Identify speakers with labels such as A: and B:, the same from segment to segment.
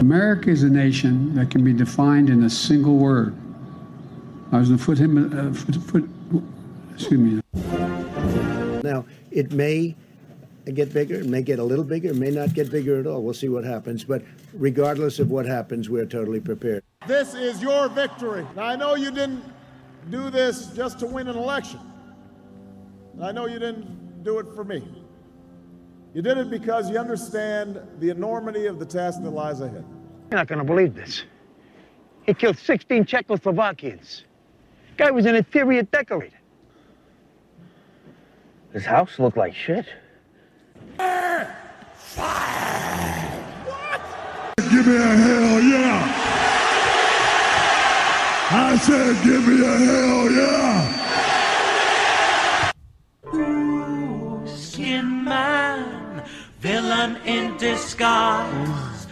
A: America is a nation that can be defined in a single word. I was going to put him, uh, foot, foot, excuse me.
B: Now, it may get bigger, it may get a little bigger, it may not get bigger at all. We'll see what happens. But regardless of what happens, we're totally prepared.
C: This is your victory. Now, I know you didn't do this just to win an election. And I know you didn't do it for me. You did it because you understand the enormity of the task that lies ahead.
D: You're not going to believe this. He killed 16 Czechoslovakians. Guy was an interior decorator.
E: His house looked like shit.
F: Give me a hell yeah! I said, give me a hell yeah!
G: Skin man, villain in disguise.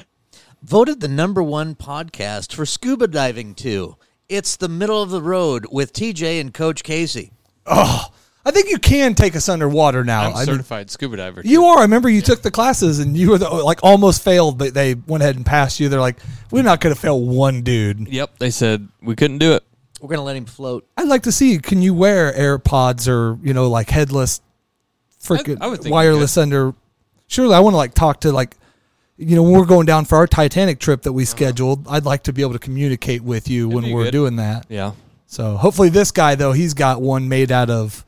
H: Voted the number one podcast for scuba diving too. It's the middle of the road with TJ and Coach Casey.
I: I think you can take us underwater now.
J: I'm
I: I mean,
J: certified scuba diver.
I: you are. I remember you took the classes and you were the, like almost failed, but they went ahead and passed you. They're like, we're not going to fail one dude.
J: Yep, they said we couldn't do it.
H: We're gonna let him float.
I: I'd like to see. Can you wear AirPods or you know like headless, freaking
J: I would think you
I: wireless under? Surely, I want to like talk to like, you know, when we're going down for our Titanic trip that we scheduled. I'd like to be able to communicate with you when
J: Uh-huh. be
I: we're
J: good.
I: doing that.
J: Yeah.
I: So hopefully, this guy though he's got one made out of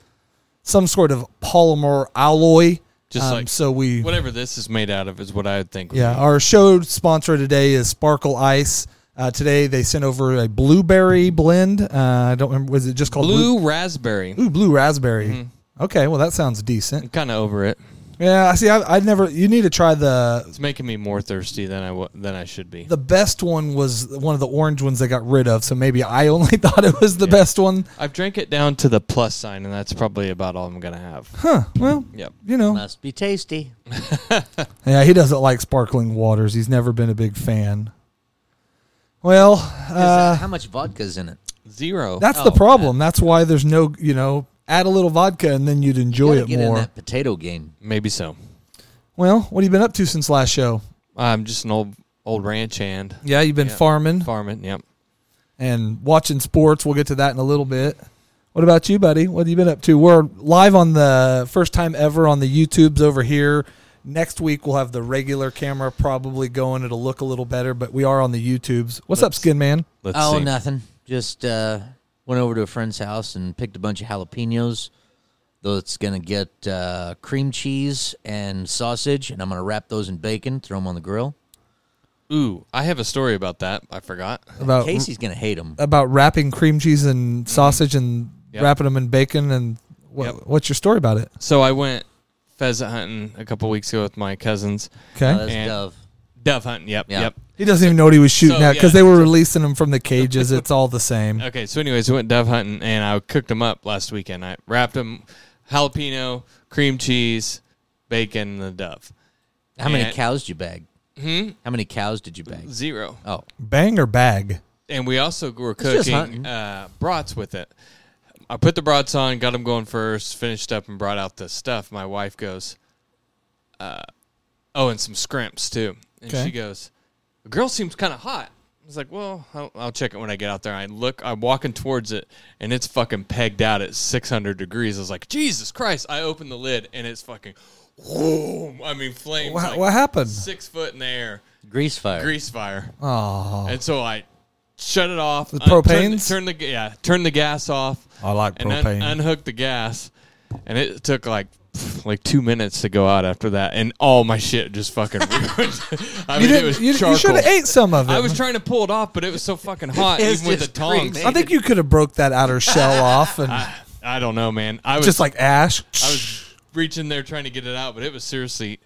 I: some sort of polymer alloy.
J: Just
I: Um,
J: like
I: so we
J: Whatever this is made out of is what I would think.
I: Yeah, our show sponsor today is Sparkle Ice. Uh, today they sent over a blueberry blend. Uh, I don't remember. Was it just called
J: Blue raspberry.
I: Blue, Ooh, blue raspberry.
H: Mm-hmm.
I: Okay, well that sounds decent.
J: I'm kind of over it.
I: Yeah, I see. I, I never. You need to try the
J: It's making me more thirsty than I wa- than I should be.
I: the best one was one of the orange ones they got rid of. So maybe I only thought it was the best one.
J: I've drank it down to the plus sign, and that's probably about all I'm gonna have.
I: Well,
J: Yep.
I: you know,
H: Must be tasty.
I: yeah, he doesn't like sparkling waters. He's never been a big fan. Well, uh,
H: How much vodka's in it?
J: Zero.
I: That's
H: Oh,
I: the problem. That's why there's no, you know, add a little vodka and then you'd enjoy
H: Gotta
I: it
H: get in
I: oh, more.
H: that potato game.
J: Maybe so.
I: Well, what have you been up to since last show?
J: I'm just an old old ranch hand.
I: Yeah, you've been farming
J: Farming. Yep.
I: and watching sports. We'll get to that in a little bit. What about you, buddy? What have you been up to? We're live on the first time ever on the YouTubes over here. Next week we'll have the regular camera probably going. It'll look a little better, but we are on the YouTubes. What's up, Skin Man?
J: Let's
H: oh,
J: see.
H: nothing. Just uh, went over to a friend's house and picked a bunch of jalapenos. Though it's gonna get uh, cream cheese and sausage, and I'm gonna wrap those in bacon, throw them on the grill.
J: Ooh, I have a story about that. I forgot.
I: About
H: Casey's gonna hate them.
I: about wrapping cream cheese and sausage and
J: Mm-hmm. Yep.
I: wrapping them in bacon and wha-
J: Yep. Uh,
I: what's your story about it?
J: So I went pheasant hunting a couple weeks ago with my cousins.
I: Okay.
H: that's
J: And-
H: dove.
J: Dove hunting. Yep.
H: Yeah.
J: Yep.
I: He doesn't even know what he was shooting
J: So,
I: at because they
J: yeah.
I: were releasing them from the cages. It's all the same.
J: Okay, so anyways, we went dove hunting and I cooked them up last weekend. I wrapped them jalapeno, cream cheese, bacon, and the dove.
H: How many
J: and-
H: cows did you bag? Hmm? How many cows did you bag?
J: Zero.
H: Oh,
I: Bang or bag?
J: And we also were
H: just
J: cooking
H: hunting.
J: uh, brats with it. I put the brats on, got them going first, finished up, and brought out the stuff. My wife goes, uh, oh, and some scrimps too. And
I: Okay.
J: she goes, the girl seems kind of hot. I was like, well, I'll, I'll check it when I get out there. I look, I'm walking towards it, and it's fucking pegged out at 600 degrees. I was like, Jesus Christ! I open the lid, and it's fucking, whoom, I mean, flames.
I: Wha-
J: like
I: what happened?
J: Six foot in the air,
H: grease fire.
J: grease fire.
I: Oh,
J: And so I shut it off.
I: The
J: un- turn-
I: propanes?
J: Turn, the yeah, turn the gas off.
I: I like
J: and un-
I: propane.
J: unhooked the gas, and it took like like two minutes to go out after that, and all my shit just fucking ruined. I
I: you
J: mean, it
I: didn't.
J: was
I: You,
J: charcoal.
I: should have ate some of it.
J: I was trying to pull it off, but it was so fucking hot,
H: It's
J: even with the
H: just
J: tongs.
H: cremated.
I: I think you could have broke that outer shell off and
J: I don't know, man. I was
I: just like ash.
J: I was reaching there trying to get it out, but it was seriously.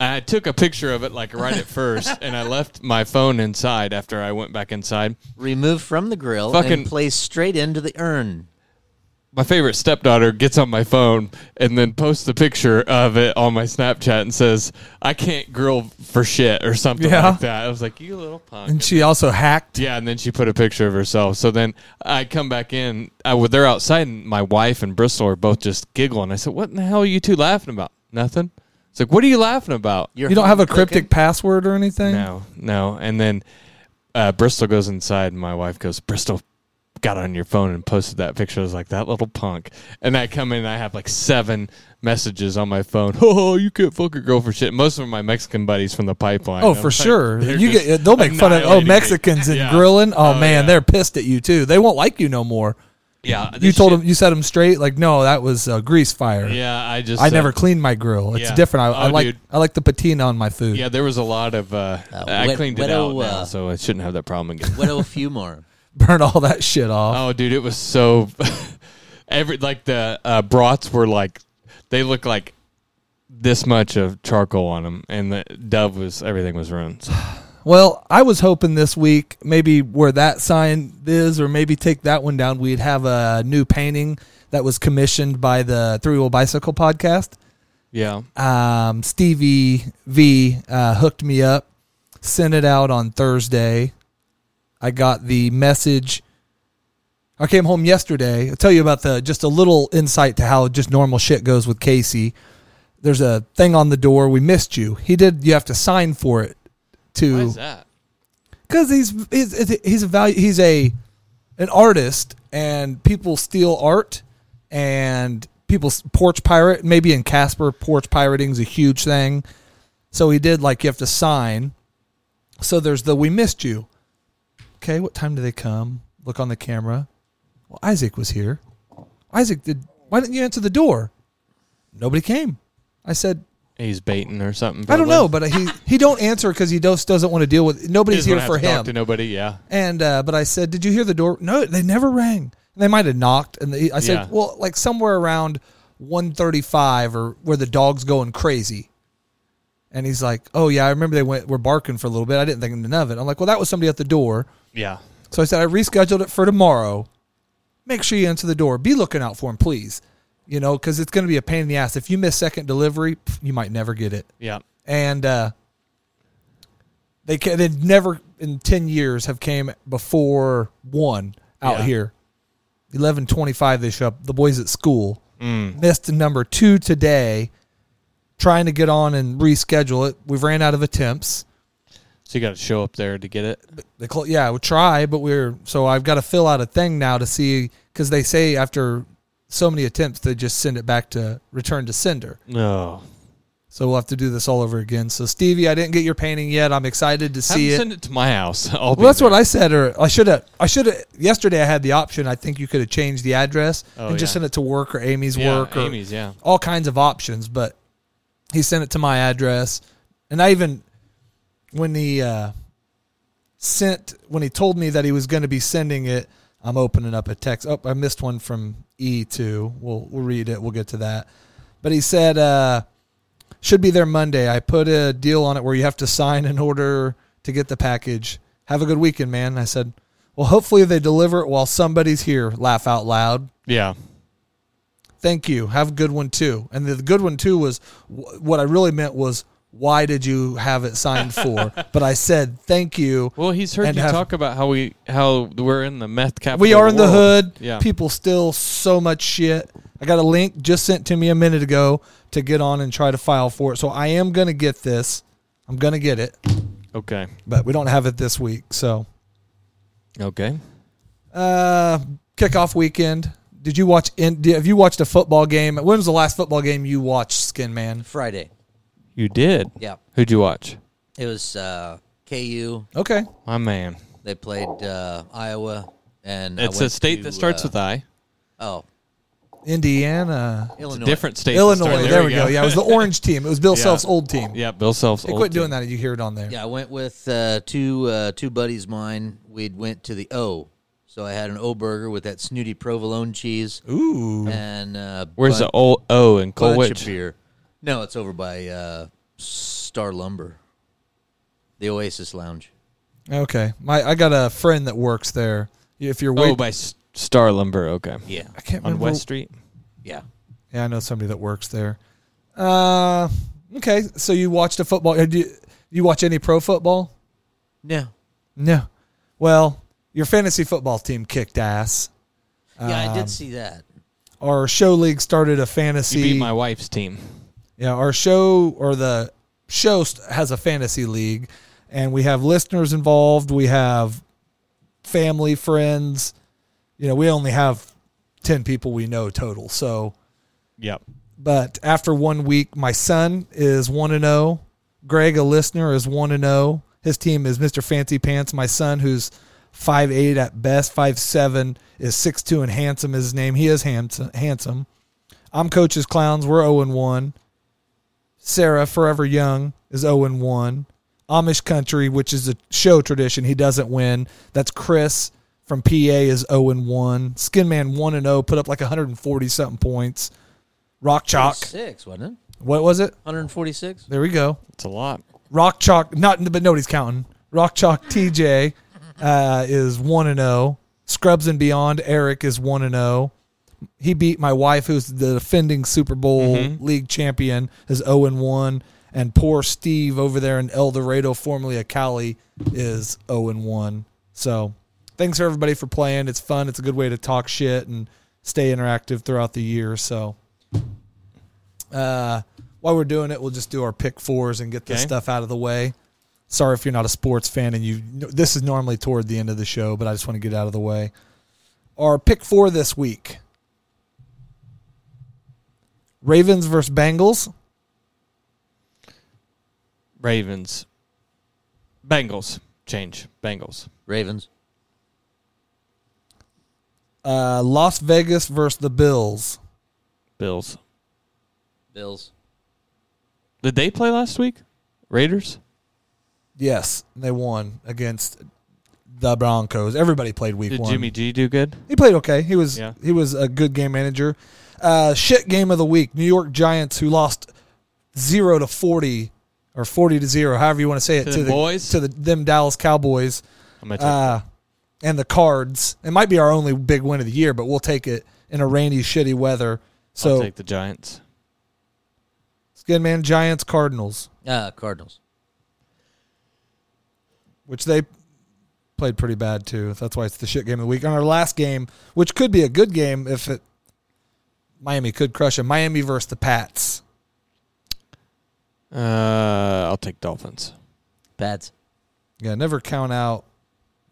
J: I took a picture of it like right at first, and I left my phone inside after I went back inside.
H: Remove from the grill
J: Fucking-
H: and place straight into the urn.
J: my favorite stepdaughter gets on my phone and then posts the picture of it on my Snapchat and says, "I can't grill for shit" or something
I: Yeah.
J: like that. I was like, "You little punk."
I: and she also hacked.
J: yeah, and then she put a picture of herself. So then I come back in. I well, they're outside, and my wife and Bristol are both just giggling. I said, "What in the hell are you two laughing about?" Nothing. It's like, what are you laughing about?
I: you don't have a cryptic password or anything?
J: No, no. And then uh, Bristol goes inside, and my wife goes, Bristol got on your phone and posted that picture. I was like, that little punk. And I come in, and I have like seven messages on my phone. Oh, you can't fuck a girl for shit. Most of them are my Mexican buddies from the pipeline.
I: Oh,
J: I'm
I: for
J: like,
I: sure.
J: they're
I: You
J: just
I: get they'll make fun of oh
J: annihilating me.
I: Mexicans and
J: Yeah.
I: grilling. Oh,
J: Oh,
I: man,
J: yeah.
I: they're pissed at you too. They won't like you no more.
J: Yeah,
I: You
J: this
I: told
J: shit-
I: them you set them straight like no, that was uh, grease fire.
J: Yeah, I just
I: I
J: said-
I: never cleaned my grill. It's
J: Yeah.
I: different. I, I
J: Oh,
I: like
J: dude.
I: I like the patina on my food.
J: Yeah, there was a lot of. Uh, I
H: wet-
J: cleaned it
H: weto,
J: out, now,
H: uh,
J: so I shouldn't have that problem again.
H: What a few more.
I: Burn all that shit off.
J: Oh, dude, it was so every like the uh, brats were like they look like this much of charcoal on them, and the dove was everything was ruined. So,
I: Well, I was hoping this week maybe where that sign is, or maybe take that one down. We'd have a new painting that was commissioned by the Three Wheel Bicycle podcast.
J: yeah,
I: Um, Stevie V uh, hooked me up, sent it out on Thursday. I got the message. I came home yesterday. I'll tell you about the just a little insight to how just normal shit goes with Casey. There's a thing on the door. We missed you. He did. You have to sign for it. To
J: why is that?
I: because he's he's he's a value he's a an artist and people steal art and people s- porch pirate maybe in Casper porch pirating is a huge thing so he did like you have to sign so there's the we missed you okay what time do they come look on the camera well Isaac was here Isaac did why didn't you answer the door nobody came I said
J: He's baiting or something.
I: I don't know but he he don't answer because he just doesn't want to deal with nobody's here for him
J: Talk to nobody. Yeah,
I: and uh, but I said, "Did you hear the door?" No, they never rang. And they might have knocked. And they, I said,
J: Yeah.
I: "Well, like somewhere around 135 or where the dog's going crazy." And he's like, "Oh yeah, I remember they went were barking for a little bit. I didn't think nothing of it." I'm like, "Well, that was somebody at the door."
J: yeah.
I: So I said, "I rescheduled it for tomorrow. Make sure you answer the door. Be looking out for him, please. You know, because it's going to be a pain in the ass if you miss second delivery. pff, You might never get it."
J: Yeah.
I: and uh, they ca- they never in ten years have came before one out
J: Yeah.
I: here. Eleven twenty five they show up. The boys at school missed number two today, trying to get on and reschedule it. We've ran out of attempts.
J: So you got to show up there to get it.
I: They cl- yeah, we try, but we're so I've got to fill out a thing now to see because they say after so many attempts they just send it back to return to sender.
J: No,
I: So we'll have to do this all over again. So Stevie, I didn't get your painting yet. I'm excited to
J: have
I: see
J: him
I: it.
J: send it to my house. I'll be
I: Well, that's
J: there.
I: what I said. Or I should have. I should have. Yesterday, I had the option. I think you could have changed the address
J: Oh,
I: and just
J: yeah.
I: sent it to work or Amy's
J: Yeah,
I: work or
J: Amy's, yeah.
I: all kinds of options. But he sent it to my address, and I even when he uh, sent when he told me that he was going to be sending it. I'm opening up a text. Oh, I missed one from E2. We'll we'll read it. We'll get to that. But he said. Uh, should be there Monday. I put a deal on it where you have to sign in order to get the package. Have a good weekend, man. I said, well, hopefully they deliver it while somebody's here. Laugh out loud.
J: Yeah.
I: Thank you. Have a good one too. And the good one too was wh- what I really meant was why did you have it signed for? but I said thank you.
J: Well, he's heard
I: and
J: you
I: have-
J: talk about how we how we're in the meth capital.
I: We
J: of
I: are in the
J: world.
I: hood.
J: Yeah.
I: People still so much shit. I got a link just sent to me a minute ago to get on and try to file for it. So I am gonna get this. I'm gonna get it.
J: Okay.
I: but we don't have it this week. So,
J: Okay.
I: uh, kickoff weekend. Did you watch? In, did, have you watched a football game? When was the last football game you watched? Skin Man.
H: Friday.
J: You did.
H: Yeah.
J: Who'd you watch?
H: It was uh, KU.
I: Okay.
J: My man.
H: They played uh, Iowa, and I
J: It's a
H: went
J: state
H: to,
J: that starts
H: uh,
J: with I.
H: oh
I: Indiana,
H: Illinois.
J: Different state. that
I: Illinois.
J: start-
I: There, we go. Yeah, it was the orange team. It was Bill
J: Yeah.
I: Self's old team.
J: yeah, Bill Self's.
I: They
J: old
I: quit doing
J: team.
I: that. You hear it on there.
H: Yeah, I went with uh, two uh, two buddies of mine. We'd went to the O, so I had an O burger with that snooty provolone cheese. Ooh, and uh,
J: Where's
H: bun-
J: the old O in
H: bunch of
J: Colwich?
H: beer? No, it's over by uh, Star Lumber, the Oasis Lounge.
I: Okay. My, I got a friend that works there. If you're wait,
J: Oh, by S- Star Lumber. Okay.
H: Yeah,
I: I can't
J: On
I: remember
J: West Street.
H: yeah.
I: Yeah, I know somebody that works there. Uh, okay. So you watched a football? uh, Do you, you watch any pro football?
H: No,
I: No. Well, your fantasy football team kicked ass. Um,
H: yeah, I did see that.
I: Our show league started a
J: You
I: fantasy.
J: beat my wife's team.
I: Yeah, our show or the show st- has a fantasy league, and we have listeners involved. We have family, friends. You know, we only have ten people we know total. So,
J: Yep.
I: but after one week, my son is one and zero. Greg, a listener, is one and zero. His team is Mister Fancy Pants. My son, who's five eight at best, five seven, is six two and handsome. Is his name? He is handsome. Handsome. I'm coaches clowns. We're zero and one. Sarah, forever young, is zero and one. Amish country, which is a show tradition, he doesn't win. That's Chris from PA is zero and one. Skin man one and zero, put up like 140 something points. Rock chalk.
H: Six, wasn't it?
I: What was it?
H: 146?
I: There we go.
J: It's a lot.
I: Rock Chalk, not but nobody's counting. Rock Chalk TJ uh, is one and zero. Scrubs and Beyond Eric is one and oh. zero. He beat my wife, who's the defending Super Bowl league champion, is zero and one. And poor Steve over there in El Dorado, formerly a Cali, is zero and one. So, thanks for everybody for playing. It's fun. It's a good way to talk shit and stay interactive throughout the year. So, uh, while we're doing it, we'll just do our pick fours and get this
J: Okay.
I: stuff out of the way. Sorry if you're not a sports fan and you. This is normally toward the end of the show, but I just want to get out of the way. Our pick four this week: Ravens versus Bengals.
J: Ravens. Bengals. Change. Bengals.
H: Ravens.
I: Uh, Las Vegas versus the Bills.
J: Bills.
H: Bills.
J: Did they play last week? Raiders?
I: Yes, they won against the Broncos. Everybody played week
J: Did
I: one.
J: Jimmy G do good?
I: He played okay. He was
J: Yeah.
I: he was a good game manager. Uh, shit game of the week: New York Giants who lost zero to forty or forty to zero, however you want to say it,
J: To
I: to,
J: the
I: the
J: boys?
I: to the them Dallas Cowboys
J: I'm gonna take
I: uh, and the Cards. It might be our only big win of the year, but we'll take it in a rainy, shitty weather.
J: I'll
I: So,
J: take the Giants.
I: Skin Man Giants Cardinals,
H: Uh, Cardinals.
I: which they played pretty bad too. That's why it's the shit game of the week. On our last game, which could be a good game if it Miami could crush it. Miami versus the Pats.
J: Uh, I'll take Dolphins.
H: Pats.
I: Yeah, never count out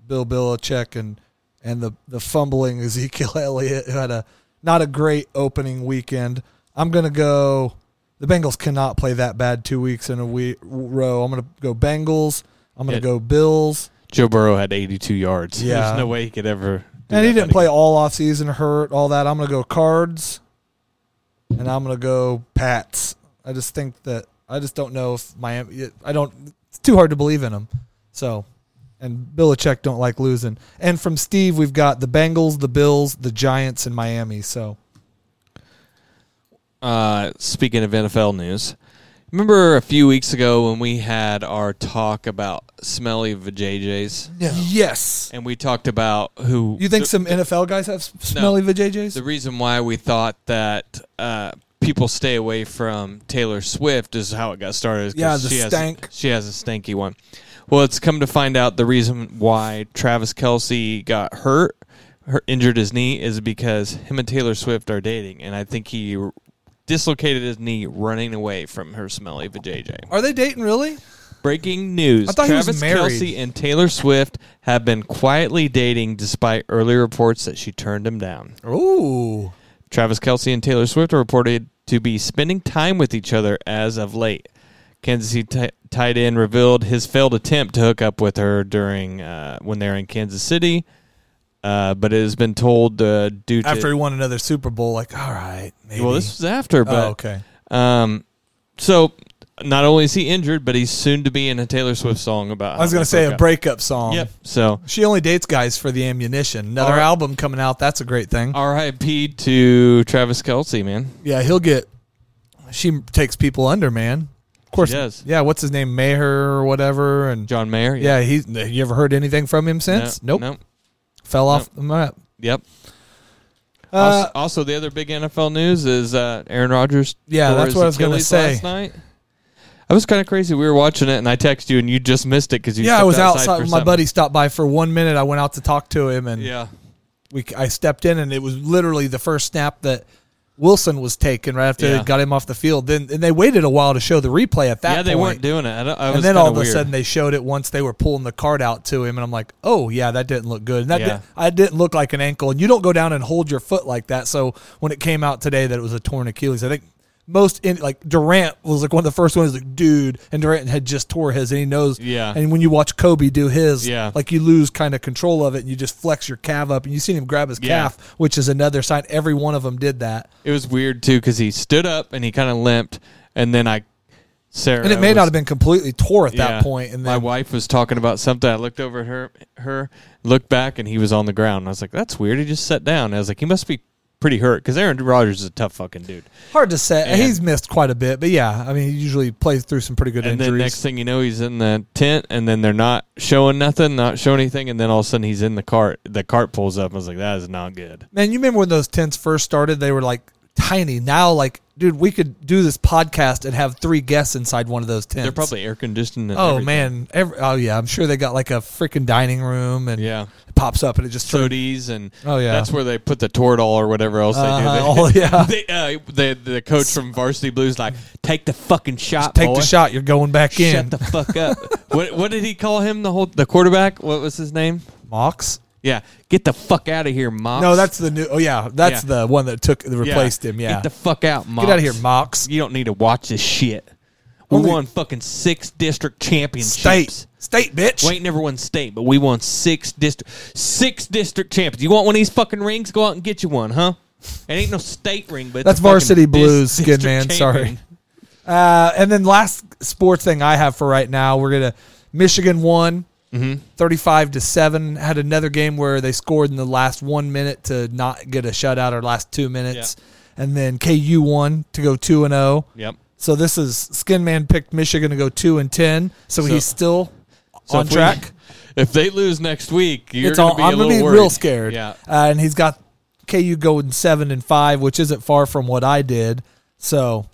I: Bill Belichick and and the the fumbling Ezekiel Elliott who had a not a great opening weekend. I'm gonna go. The Bengals cannot play that bad two weeks in a we row. I'm gonna go Bengals. I'm gonna
J: Yeah.
I: go Bills.
J: Joe Burrow had 82 yards.
I: Yeah.
J: There's no way he could ever. do
I: And he
J: that
I: didn't
J: again.
I: play all offseason, hurt, all that. I'm going to go Cards, and I'm going to go Pats. I just think that I just don't know if Miami. I don't. It's too hard to believe in them. So, and Belichick don't like losing. And from Steve, we've got the Bengals, the Bills, the Giants, and Miami. So
J: Uh, speaking of NFL news, remember a few weeks ago when we had our talk about smelly vajayjays,
I: yes,
J: and we talked about who
I: you think
J: the,
I: some NFL guys have s- smelly vajayjays?
J: the reason why we thought that uh, people stay away from Taylor Swift is how it got started. 'cause
I: Yeah, the
J: she has-
I: stank.
J: she has a stanky one. Well, it's come to find out the reason why Travis Kelsey got hurt, hurt injured his knee, is because him and Taylor Swift are dating, and I think he dislocated his knee running away from her smelly vajayjay.
I: Are they dating really?
J: Breaking news:
I: I thought he was
J: Travis
I: married.
J: Kelsey and Taylor Swift have been quietly dating, despite earlier reports that she turned him down.
I: Ooh,
J: Travis Kelsey and Taylor Swift are reported to be spending time with each other as of late. Kansas City ti- tight end revealed his failed attempt to hook up with her during uh, when they're in Kansas City, uh, but it has been told uh, due to
I: after he won another Super Bowl, like all right, maybe.
J: well, this was after, but
I: oh, okay.
J: um, so not only is he injured, but he's soon to be in a Taylor Swift song about.
I: I was
J: how
I: gonna
J: they
I: say
J: broke
I: a
J: up.
I: breakup song.
J: Yep. So
I: She only dates guys for the ammunition. Another
J: All right. Uh,
I: album coming out. That's a great thing.
J: R.I.P. to Travis Kelsey, man.
I: Yeah, he'll get. She takes people under, man. Of course.
J: does.
I: Yeah, what's his name? Maher or whatever. And
J: John Mayer.
I: yeah, he's. You ever heard anything from him
J: No,
I: since? nope.
J: Nope.
I: Fell off the map.
J: Yep.
I: Uh,
J: also, also, the other big NFL news is uh, Aaron Rodgers.
I: Yeah,
J: tore
I: that's
J: his
I: what I was gonna
J: Achilles
I: say.
J: Last night. I was kind of crazy. We were watching it, and I texted you, and you just missed it because you.
I: yeah, I
J: stepped
I: was
J: outside.
I: outside.
J: for
I: My
J: something.
I: buddy stopped by for one minute. I went out to talk to him, and
J: Yeah,
I: we I stepped in, and it was literally the first snap that Wilson was taken right after
J: Yeah.
I: they got him off the field. Then and they waited a while to show the replay at that.
J: yeah, they
I: point.
J: weren't doing it. I don't, I was
I: and then all of
J: kinda
I: a
J: weird.
I: sudden they showed it once they were pulling the card out to him, and I'm like, oh yeah, that didn't look good. And that
J: Yeah.
I: did, I didn't look like an ankle, and you don't go down and hold your foot like that. So when it came out today that it was a torn Achilles, I think most in like Durant was like one of the first ones like dude, and Durant had just tore his, and he knows.
J: Yeah.
I: And when you watch Kobe do his,
J: Yeah.
I: like you lose kind of control of it, and you just flex your calf up, and you seen him grab his
J: Yeah.
I: calf, which is another sign. Every one of them did that.
J: It was weird too because he stood up and he kind of limped, and then I, Sarah,
I: And it may
J: was-
I: not have been completely tore at
J: yeah,
I: that point, and then
J: my wife was talking about something. I looked over at her, her looked back, and he was on the ground. And I was like, "That's weird." He just sat down. I was like, "He must be pretty hurt," because Aaron Rodgers is a tough fucking dude.
I: Hard to say.
J: And-
I: he's missed quite a bit, but yeah, I mean, he usually plays through some pretty good
J: and
I: injuries.
J: then next thing you know, he's in the tent, and then they're not showing nothing, not showing anything, and then all of a sudden he's in the cart. The cart pulls up. I was like, "That is not good."
I: Man, you remember when those tents first started? They were like tiny. Now, like, dude, we could do this podcast and have three guests inside one of those tents.
J: They're probably air conditioned. And
I: Oh
J: everything.
I: man! Every, oh yeah, I'm sure they got like a freaking dining room, and
J: Yeah.
I: it pops up and it just turns.
J: Sodies and
I: Oh, yeah.
J: that's where they put the Toradol or whatever else
I: Uh-huh.
J: they do. They,
I: Oh, yeah.
J: they, uh, the the coach from Varsity Blues like take the fucking shot,
I: Take
J: boy.
I: the shot. You're going back in.
J: Shut the fuck up. what what did he call him? The whole the quarterback. What was his name?
I: Mox.
J: Yeah, get the fuck out of here, Mox.
I: No, that's the new. Oh yeah, that's
J: Yeah.
I: the one that took that replaced him. Yeah,
J: Get the fuck out, Mox.
I: Get out of here, Mox.
J: You don't need to watch this shit. We
I: Only-
J: won fucking six district championships.
I: State, state, bitch.
J: We ain't never won state, but we won six district six district champions. You want one of these fucking rings? Go out and get you one, huh? It ain't no state ring, but it's
I: That's
J: a fucking
I: varsity
J: dis-
I: blues, skin
J: district
I: man. Sorry.
J: champion.
I: Uh, and then last sports thing I have for right now, we're gonna Michigan won.
J: Mm-hmm.
I: 35 to 7 had another game where they scored in the last 1 minute to not get a shutout or last 2 minutes and then KU won to go 2 and 0.
J: Yep.
I: So this is Skinman picked Michigan to go 2 and 10, so,
J: So-
I: he's still
J: So
I: on
J: if we-
I: track
J: if they lose next week, you're
I: it's
J: gonna
I: all,
J: be a
I: I'm gonna
J: little
I: be
J: worried.
I: real scared.
J: Yeah.
I: Uh, and he's got KU going seven and five, which isn't far from what I did. So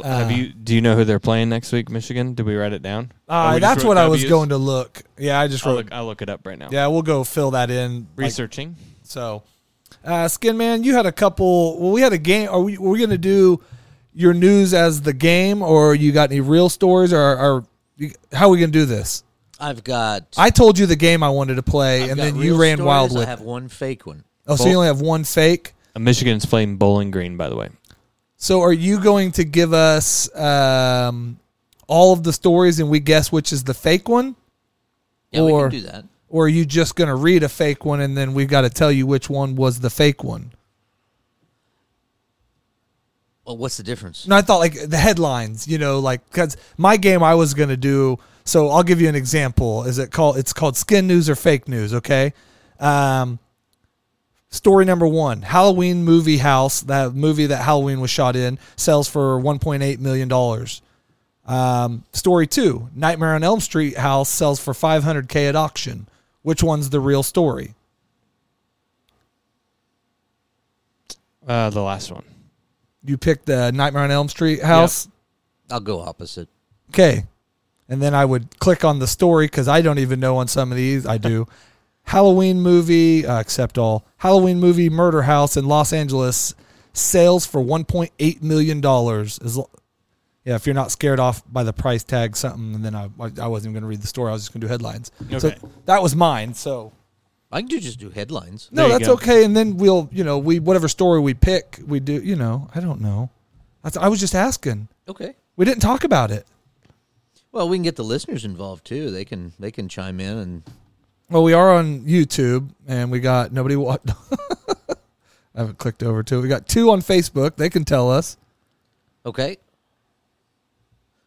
I: Uh,
J: Have you? Do you know who they're playing next week? Michigan? Did we write it down? Or
I: uh,
J: we Oh, just
I: that's
J: wrote
I: what I was
J: W's?
I: going to look. Yeah, I just
J: I'll
I: wrote.
J: look, I'll look it up right now.
I: Yeah, we'll go fill that in. like,
J: Researching.
I: so, uh, Skin Man, you had a couple. Well, we had a game. Are we? Were we gonna do your news as the game, or you got any real stories, or, or you- how are we gonna do this?
H: I've got.
I: I told you the game I wanted to play,
H: I've
I: and
H: got
I: then you
H: real
I: ran
H: stories,
I: wild with.
H: I have one fake one.
I: oh, so you only have one fake.
J: Uh, Michigan's playing Bowling Green, by the way.
I: So are you going to give us um, all of the stories and we guess which is the fake one?
H: Yeah, we
I: Or-
H: can do that.
I: Or are you just going to read a fake one and then we've got to tell you which one was the fake one?
H: Well, what's the difference?
I: No, I thought like the headlines, you know, like because my game I was going to do. So I'll give you an example. Is it called? It's called skin news or fake news. Okay. Um, story number one: Halloween movie house. That movie that Halloween was shot in sells for 1.8 million dollars. Um, story two: Nightmare on Elm Street house sells for 500k at auction. Which one's the real story?
J: Uh, the last one.
I: You picked the Nightmare on Elm Street house.
H: I'll go opposite.
I: Okay. And then I would click on the story because I don't even know on some of these. I do. Halloween movie, uh, except all. Halloween movie Murder House in Los Angeles sales for $1.8 million. As, l- yeah, if you're not scared off by the price tag, something. And then I, I, I wasn't even going to read the story. I was just going to do headlines. So
J: Okay.
I: that was mine. So.
H: I can do just do headlines.
I: No,
J: There you
I: that's
J: go.
I: okay. And then we'll, you know, we whatever story we pick, we do. You know, I don't know. That's, I was just asking.
H: Okay.
I: We didn't talk about it.
H: Well, we can get the listeners involved too. They can they can chime in and
I: Well, we are on YouTube, and we got nobody. Wa- I haven't clicked over to it. We got two on Facebook. They can tell us.
H: okay.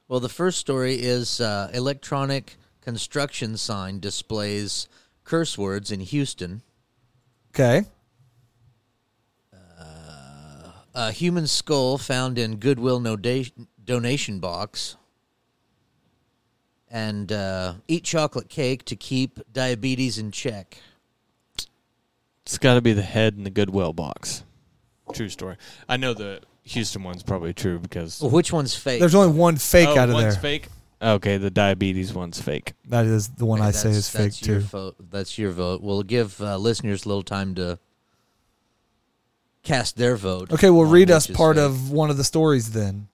H: Well, the first story is uh, electronic construction sign displays curse words in Houston.
I: Okay.
H: A human skull found in Goodwill noda- donation box. And uh, eat chocolate cake to keep diabetes in check.
J: It's got to be the head in the Goodwill box. True story. I know the Houston one's probably true because
H: Well, which one's fake?
I: There's only one fake
J: Oh,
I: out of there.
J: one's fake. Okay, the diabetes one's fake.
I: That is the one I say
H: That's-
I: is fake
H: that's your
I: too.
H: Vote. That's your vote. We'll give uh, listeners a little time to cast their vote.
I: Okay, well,
H: on
I: read us
H: which is
I: part
H: fake.
I: of one of the stories then.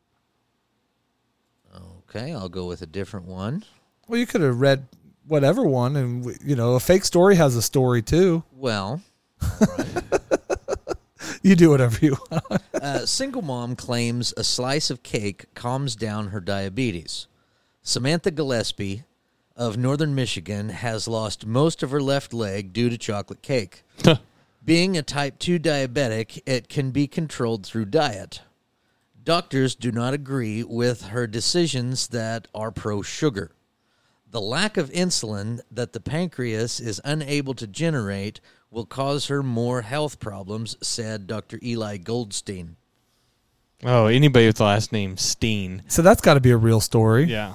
H: Okay, I'll go with a different one.
I: Well, you could have read whatever one, and w- you know, a fake story has a story too.
H: Well,
I: You do whatever you want.
H: uh, single mom claims a slice of cake calms down her diabetes. Samantha Gillespie of Northern Michigan has lost most of her left leg due to chocolate cake. Being a type 2 diabetic, it can be controlled through diet. Doctors do not agree with her decisions that are pro sugar. The lack of insulin that the pancreas is unable to generate will cause her more health problems, said Dr. Eli Goldstein.
J: Oh, anybody with the last name Steen.
I: So that's got to be a real story.
J: Yeah.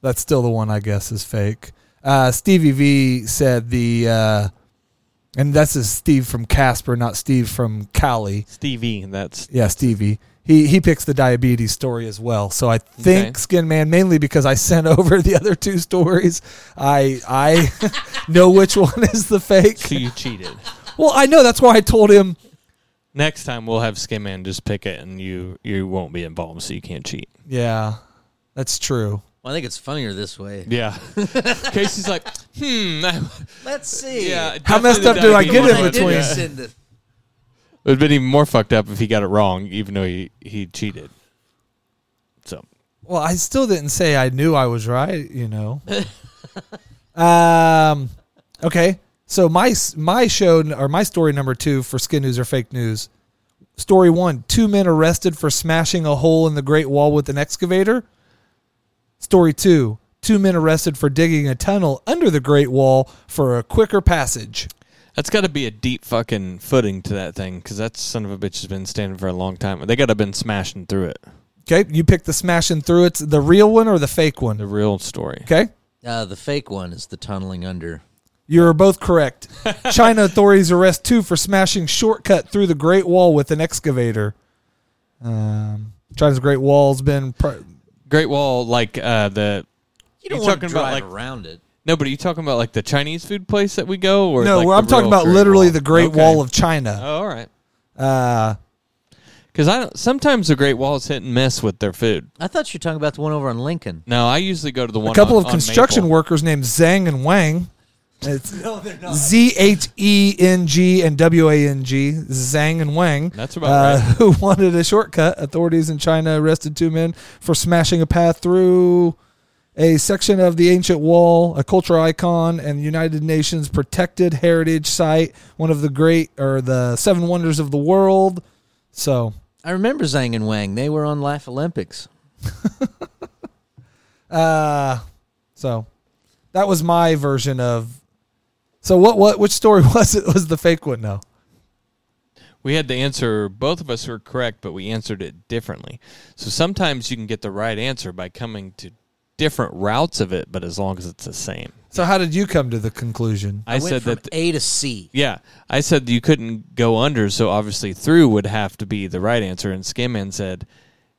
I: That's still the one I guess is fake. Uh, Stevie V said the, uh, and that's is Steve from Casper, not Steve from Cali.
J: Stevie. That's
I: Yeah, Stevie. He he picks the diabetes story as well. So I think
J: Okay.
I: Skin Man mainly because I sent over the other two stories. I I know which one is the fake.
J: so you cheated.
I: Well, I know that's why I told him.
J: Next time we'll have Skin Man just pick it, and you you won't be involved, so you can't cheat.
I: Yeah, that's true.
H: Well, I think it's funnier this way.
J: Yeah. Casey's like, hmm.
H: Let's see.
J: yeah.
I: How messed
J: definitely
I: up do I
J: the
I: get
H: What
I: in
J: diabetes
H: I did
J: one.
I: between?
H: is in the-
J: It would have been even more fucked up if he got it wrong, even though he, he cheated. So,
I: Well, I still didn't say I knew I was right. You know. um. Okay. So my s- my show n- or my story number two for Skin News or Fake News. Story one: Two men arrested for smashing a hole in the Great Wall with an excavator. Story two: Two men arrested for digging a tunnel under the Great Wall for a quicker passage.
J: that's got to be a deep fucking footing to that thing because that son of a bitch has been standing for a long time. They got to have been smashing through it.
I: Okay, you pick the smashing through. It's the real one or the fake
J: The
I: one.
J: real story.
I: Okay.
H: uh, the fake one is the tunneling under.
I: You're both correct. China authorities arrest two for smashing shortcut through the Great Wall with an excavator. Um, China's Great Wall's been. Pro-
J: Great Wall, like uh, the.
H: You don't
J: You
H: want to
J: talking
H: drive
J: about, like-
H: around it.
J: No, but are you talking about like the Chinese food place that we go? Or
I: no,
J: like,
I: well,
J: the
I: I'm talking
J: real
I: about
J: Great
I: literally
J: Wall?
I: the Great
J: Okay.
I: Wall of China.
J: Oh, all right.
I: Uh,
J: Because I don't. Sometimes the Great Wall is hit and miss with their food.
H: I thought you were talking about the one over on Lincoln.
J: No, I usually go to the one.
I: a couple
J: on-
I: of
J: on
I: construction
J: Maple.
I: workers named Zhang and Wang. It's Z H E N G and W A N G. Zhang and Wang. uh,
J: That's about right.
I: Who wanted a shortcut? Authorities in China arrested two men for smashing a path through a section of the ancient wall, a cultural icon, and United Nations protected heritage site, one of the great or the seven wonders of the world. So
H: I remember Zhang and Wang. They were on Life Olympics.
I: Uh so that was my version of So what what which story was it? Was the fake one now?
J: We had the answer. Both of us were correct, but we answered it differently. So sometimes you can get the right answer by coming to different routes of it, but as long as it's the same.
I: So how did you come to the conclusion?
J: I,
H: went
J: said
H: from
J: that.
H: A to C.
J: yeah, I said you couldn't go under, so obviously through would have to be the right answer. And Skinman said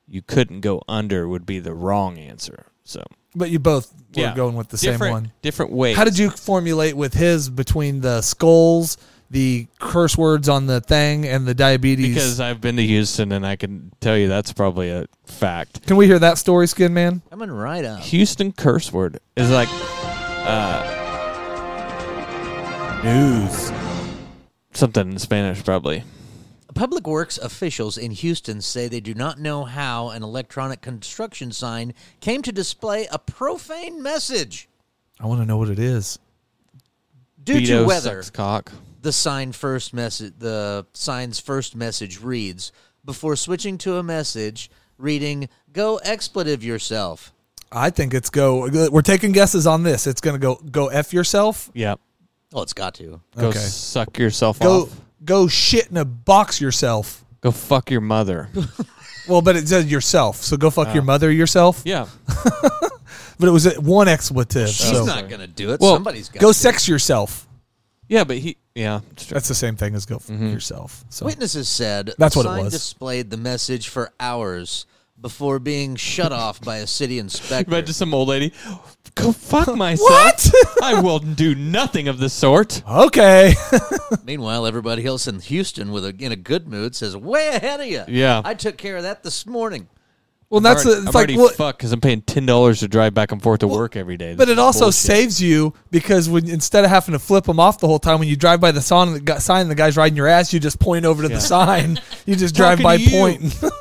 J: you couldn't go under would be the wrong answer. So
I: But you both were
J: yeah,
I: going with the same
J: different,
I: one.
J: Different ways.
I: How did you formulate with his between the skulls, the curse words on the thing, and the diabetes?
J: Because I've been to Houston, and I can tell you that's probably a fact.
I: Can we hear that story, Skin Man?
H: Coming right up.
J: Houston curse word is like uh,
I: News.
J: something in Spanish, probably.
H: Public Works officials in Houston say they do not know how an electronic construction sign came to display a profane message
I: I want to know what it is.
H: due to
J: Beto
H: weather.
J: sucks cock.
H: the sign first message the sign's first message reads before switching to a message reading go expletive yourself
I: I think it's go. We're taking guesses on this. It's going to go go f yourself.
J: Yeah.
H: oh it's got to
J: Go
I: Okay.
J: suck yourself
I: Go
J: off.
I: go shit in a box yourself.
J: Go fuck your mother.
I: Well, but it says yourself. So go fuck your mother yourself.
J: yeah.
I: But it was at one expletive.
H: she's
I: so
H: not gonna do it
J: Well,
H: somebody's got
I: go
H: to.
I: sex yourself.
J: Yeah, but he. Yeah. it's true.
I: That's the same thing as
J: Mm-hmm.
I: go fuck yourself. So
H: witnesses said
I: That's
H: the
I: what it
H: sign
I: was.
H: displayed the message for hours before being shut off by a city inspector.
J: But to some old lady, go fuck myself.
I: What?
J: I will do nothing of the sort.
I: Okay.
H: Meanwhile, everybody else in Houston, with a, in a good mood, says, "Way ahead of you."
J: Yeah.
H: I took care of that this morning.
I: well, that's
J: Alright,
I: the-
J: I'm
I: it's like
J: already
I: well,
J: fucked because I'm paying ten dollars to drive back and forth to work every day.
I: But
J: This
I: it
J: is
I: also
J: bullshit.
I: saves you because when instead of having to flip them off the whole time, when you drive by the sign, the guy- sign and the guy's riding your ass, you just point over to the sign. You just drive
J: Talking
I: by
J: to you.
I: pointing.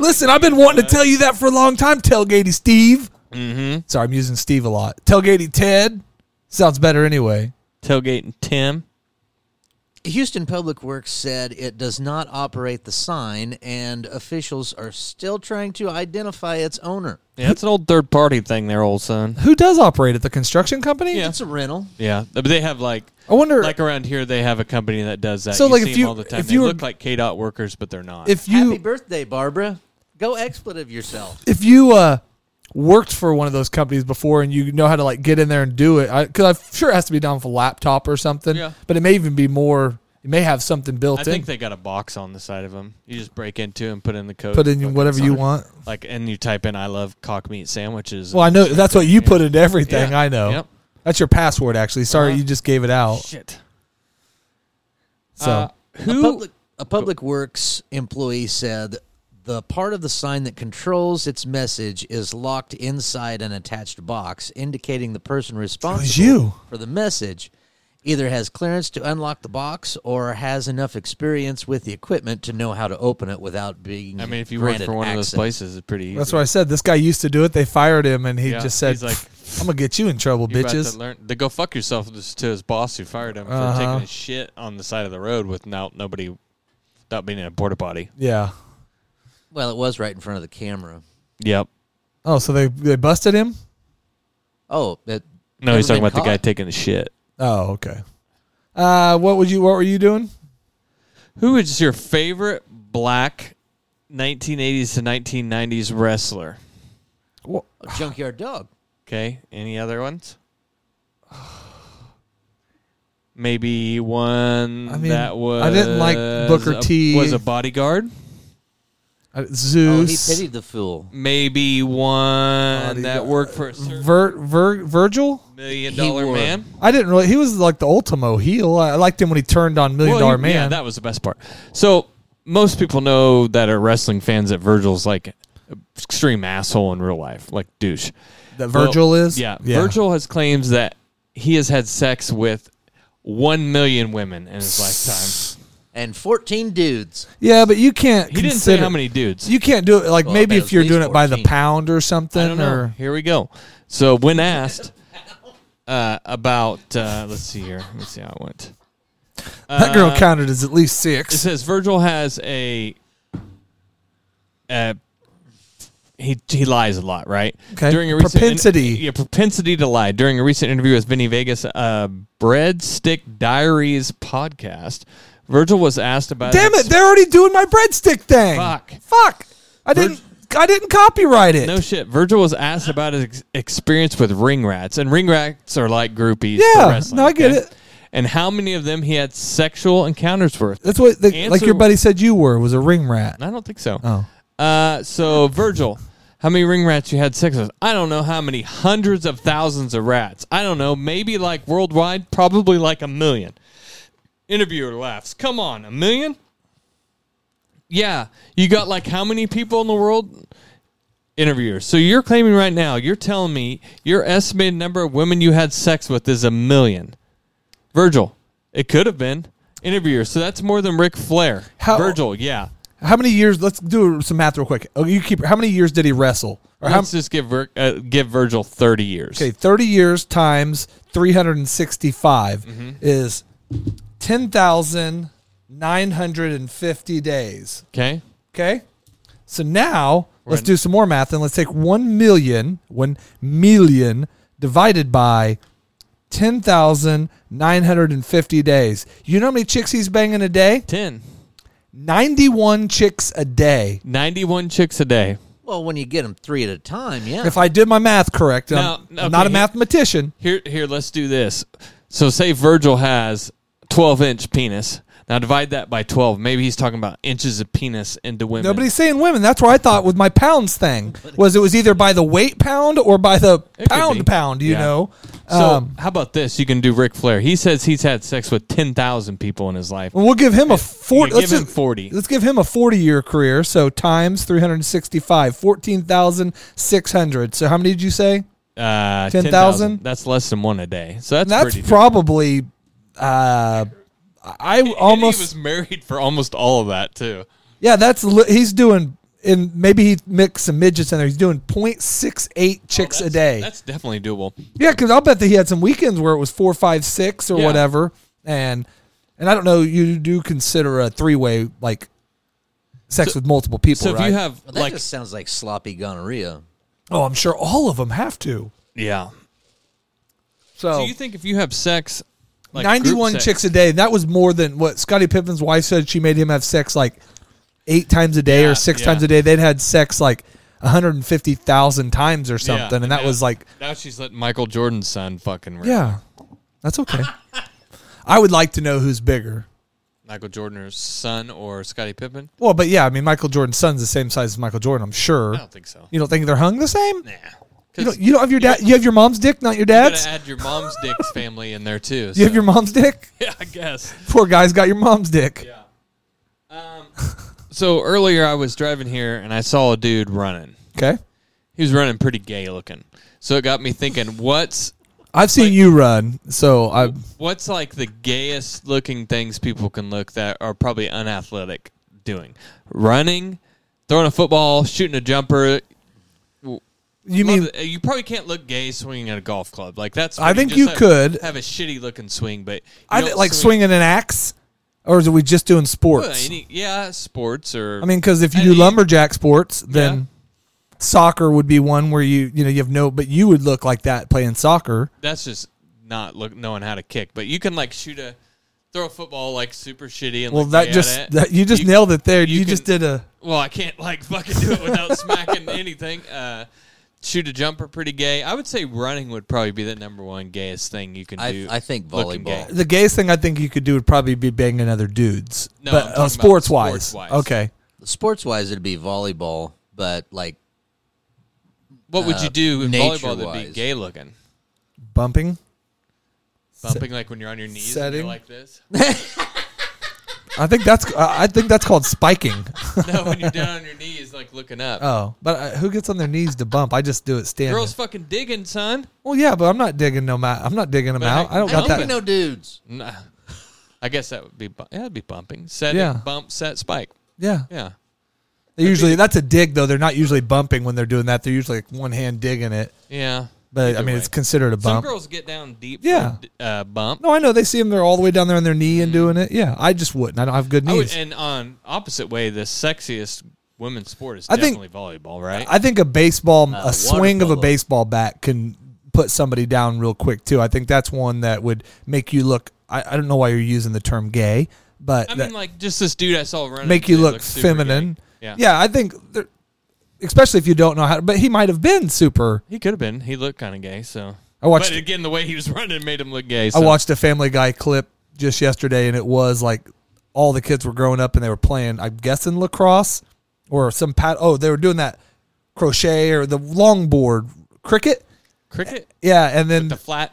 I: Listen, I've been wanting to tell you that for a long time, tailgaty Steve. Mm-hmm. Sorry, I'm using Steve a lot. Tailgaty Ted sounds better anyway.
J: tailgate and Tim.
H: Houston Public Works said it does not operate the sign, and officials are still trying to identify its owner.
J: Yeah, it's an old third party thing, there, old son.
I: Who does operate it? The construction company?
J: Yeah.
H: It's a rental.
J: Yeah, but they have like
I: I wonder
J: like around here they have a company that does that.
I: So,
J: you
I: like,
J: see
I: if
J: them
I: you-
J: all the time,
I: if
J: they
I: you were-
J: look like K dot workers, but they're not.
I: if you
H: Happy birthday, Barbara. Go expletive yourself.
I: if you uh worked for one of those companies before and you know how to like get in there and do it I because i'm sure it has to be done with a laptop or something
J: Yeah.
I: but it may even be more it may have something built
J: I
I: in
J: think they got a box on the side of them. You just break into and put in the code.
I: put
J: and
I: in
J: click
I: whatever you
J: inside.
I: want
J: Like, and you type in "I love cock meat sandwiches."
I: well i know that's what you put into everything
J: Yeah.
I: i know
J: Yep.
I: that's your password actually sorry
J: Uh-huh.
I: you just gave it out
J: shit.
I: so
J: Uh,
H: A
J: who?
H: public, a public works employee said the part of the sign that controls its message is locked inside an attached box, indicating the person responsible
I: you.
H: for the message either has clearance to unlock the box or has enough experience with the equipment to know how to open it without being.
J: I mean, if you work
H: granted
J: for one of those
H: access.
J: places, it's pretty. Easy.
I: that's what i said this guy used to do it they fired him and he
J: Yeah,
I: just said
J: he's like,
I: "Pff, i'm gonna get you in trouble
J: You're about
I: bitches
J: To, learn, to go fuck yourself this- to his boss who fired him for
I: Uh-huh.
J: taking his shit on the side of the road without nobody, without being in a porta potty.
I: yeah
H: Well, it was right in front of the camera.
J: Yep.
I: oh so they they busted him
H: Oh, it,
J: No, he's
H: never
J: talking about
H: been
J: the guy
H: caught.
J: taking the shit.
I: oh okay uh what would you what were you doing
J: Who is your favorite black 1980s to 1990s wrestler?
H: junkyard dog.
J: Okay. Any other ones? Maybe one
I: I mean,
J: that was.
I: I didn't like Booker
J: a-
I: T.
J: Was a bodyguard.
I: Uh,
H: Oh, he
I: zeus
H: pitied the fool.
J: Maybe one that
I: Bodyguard.
J: worked for a certain
I: Vir, Vir, Virgil?
J: million
H: He
J: dollar
H: would.
J: man.
I: I didn't really. He was like the Ultimo heel. I I liked him when he turned on Million
J: Well,
I: Dollar
J: you- Yeah,
I: Man.
J: that was the best part. So most people know that are wrestling fans that Virgil's like an extreme asshole in real life, like douche.
I: That Virgil
J: Well,
I: is?
J: Yeah,
I: Yeah.
J: Virgil has claims that he has had sex with one million women in his lifetime.
H: And 14 dudes.
I: yeah, but you can't.
J: He didn't say
I: consider-
J: how many dudes.
I: You can't do it. Like
H: Well, I
I: maybe
H: bet it
I: if
H: was
I: you're
H: at
I: doing
H: least
I: it by the
H: 14.
I: pound or
J: I
I: something,
J: don't know.
I: or
J: Here we go. So when asked uh, about, uh, let's see here, let's see how it went.
I: that girl
J: Uh,
I: counted as at least
J: It
I: six.
J: says Virgil has a. Uh, he he lies a lot, right?
I: Okay.
J: During a recent
I: Propensity.
J: yeah, propensity to lie. During a recent interview with Vinny Vegas, uh, Breadstick Diaries podcast, Virgil was asked about.
I: Damn
J: his-
I: it! They're already doing my breadstick thing.
J: uh, Fuck.
I: Fuck! I didn't. I didn't copyright it.
J: No shit. Virgil was asked about his ex- experience with ring rats, and ring rats are like groupies. for
I: Yeah,
J: wrestling,
I: no, I get
J: okay?
I: it.
J: And how many of them he had sexual encounters with?
I: That's what, the, like
J: Answer-
I: your buddy said you were was a ring rat.
J: I don't think so.
I: Oh.
J: Uh, so Virgil, how many ring rats you had sex with? I don't know how many hundreds of thousands of rats. I don't know. Maybe like worldwide, probably like a million. Interviewer laughs. Come on, a million? Yeah. You got like how many people in the world? Interviewer. So you're claiming right now, you're telling me your estimated number of women you had sex with is a million. Virgil, it could have been. Interviewer. So that's more than Ric Flair.
I: How-
J: Virgil, yeah.
I: How many years? Let's do some math real quick. Oh, you keep. How many years did he wrestle? Or how,
J: Let's just give Vir- uh, give Virgil thirty years.
I: Okay, 30 years times 365
J: Mm-hmm.
I: is 10,950 days.
J: Okay?
I: Okay? So now let's
J: in-
I: do some more math and let's take 1 million, 1 million divided by 10,950 days. You know how many chicks he's banging a day?
J: 10.
I: 91 chicks a day.
J: 91 chicks a day.
H: Well, when you get them three at a time, yeah.
I: If I did my math correct, and I'm,
J: Now,
I: I'm not a
J: okay,
I: mathematician.
J: Here here let's do this. So say Virgil has 12 inch penis. Now divide that by 12. Maybe he's talking about inches of penis into women.
I: Nobody's saying women. That's where I thought with my pounds thing was it was either by the weight pound or by the
J: It could be.
I: pound pound. You
J: Yeah.
I: know,
J: So
I: um,
J: how about this? You can do Ric Flair. He says he's had sex with ten thousand people in his life.
I: Well, we'll give him a 40
J: give him 40.
I: Let's give him a 40 year career. So times 365, 14,600. So how many did you say?
J: Uh,
I: 10,000?
J: 10,000. That's less than one a day. So that's,
I: That's
J: pretty. decent.
I: probably uh I
J: And he was
I: almost
J: married for almost all of that too.
I: Yeah, that's li- he's doing and maybe he mixed some midgets in there. He's doing 0.68 chicks a day.
J: Oh, That's definitely doable.
I: Yeah, because I'll bet that he had some weekends where it was four, five, six, or
J: Yeah.
I: whatever. And and I don't know, you do consider a three way like sex
J: So-
I: with multiple people,
J: So if
I: right?
J: you have
H: Well, that
J: like,
H: just sounds like sloppy gonorrhea.
I: oh, I'm sure all of them have to.
J: yeah.
I: So,
J: So you think if you have sex, like group
I: 91
J: sex-
I: Oh. chicks a day. That was more than what Scottie Pippen's wife said. She made him have sex like eight times a day
J: Yeah,
I: or six
J: yeah.
I: times a day. They'd had sex like 150,000 times or
J: Yeah,
I: something. and that
J: now-
I: was like,
J: now she's letting Michael Jordan's son fucking. Rip.
I: yeah, that's okay. I would like to know who's bigger.
J: Michael Jordan's son or Scottie Pippen?
I: Well, but yeah, I mean, Michael Jordan's son's the same size as Michael Jordan, I'm sure.
J: I don't think so.
I: You don't think they're hung the same?
J: Nah.
I: You don't, you don't have your dad. You have your mom's dick, not your
J: You
I: dad's.
J: gotta add your mom's dick's family in there too.
I: You have your mom's dick.
J: yeah, I guess.
I: Poor guy's got your mom's dick.
J: So earlier I was driving here and I saw a dude running.
I: Okay,
J: He was running pretty gay looking. So it got me thinking, what's
I: I've seen you run, so I.
J: what's like the gayest looking things people can look that are probably unathletic doing? Running, throwing a football, shooting a jumper.
I: You
J: Love
I: mean
J: it. you probably can't look gay swinging at a golf club. Like that's
I: I
J: pretty-
I: think
J: just
I: you
J: have-
I: could.
J: have a shitty looking swing, but you
I: I
J: don't
I: think, like
J: swing-
I: swinging an axe, or is it we just doing
J: Well,
I: sports?
J: any- yeah, sports or
I: I mean, because if you
J: any-
I: do lumberjack sports, then soccer would be one where you you know you have no, but you would look like that playing soccer.
J: that's just not look knowing how to kick. But you can like shoot a throw a football like super shitty and
I: Well,
J: look gay
I: that
J: at
I: just
J: it.
I: that, you just nailed it there. You,
J: you
I: just
J: can-
I: did a
J: Well, I can't like fucking do it without smacking anything. Uh, shoot a jumper, pretty gay. I would say running would probably be the number one gayest thing you can
H: I-
J: do.
H: I think
J: looking
H: volleyball.
J: gay.
I: the gayest thing I think you could do would probably be banging other dudes,
J: No, I'm
I: but
J: talking about
I: sports wise,
J: sports-wise.
I: okay.
H: Sports wise, it'd be volleyball, but like
J: What would you do in volleyball that'd be
H: uh, nature-wise.
J: gay looking?
I: Bumping.
J: Bumping like when you're on your knees, and
I: Setting.
J: you're like this.
I: I think that's I I think that's called spiking.
J: No, when you're down on your knees, like looking up.
I: Oh, but uh, who gets on their knees to bump? I just do it standing.
J: Girls fucking digging, son.
I: Well, yeah, but I'm not digging no ma- I'm not digging them
J: But
I: out.
J: I-
I: I don't
J: I
I: got
J: don't
I: that.
J: think
H: no dudes.
J: Nah. I guess that would be bu- yeah, that'd be bumping. Set
I: Yeah.
J: it, bump, set, spike.
I: yeah,
J: Yeah.
I: They usually that's a dig though. They're not usually bumping when they're doing that. They're usually like one hand digging it.
J: Yeah.
I: But I
J: Either
I: mean,
J: way.
I: it's considered a
J: Some
I: bump.
J: girls get down deep.
I: Yeah.
J: for, Uh, bump.
I: no, I know they see them. They're all the way down there on their knee and doing it. Yeah, I just wouldn't. I don't have good
J: Mm-hmm. I would,
I: knees. I,
J: and on opposite way, the sexiest women's sport is
I: I think-
J: definitely volleyball, right?
I: think a baseball,
H: Uh,
I: a
H: water
I: swing of a
H: polo.
I: baseball bat can put somebody down real quick too. I think that's one that would make you look. I, I don't know why you're using the term gay, but
J: I
I: that-
J: mean, like just this dude I saw running
I: make you
J: today
I: look
J: looked super
I: feminine.
J: gay. Yeah.
I: yeah, I think, there- especially if you don't know how. But he might have been super.
J: He could have been. He looked kind of gay. So
I: I watched.
J: But again, the way he was running made him look gay.
I: I
J: so-
I: watched a Family Guy clip just yesterday, and it was like all the kids were growing up and they were playing. I'm guessing lacrosse or some pat. Oh, they were doing that crochet or the longboard cricket.
J: cricket.
I: Yeah, and then
J: The flat.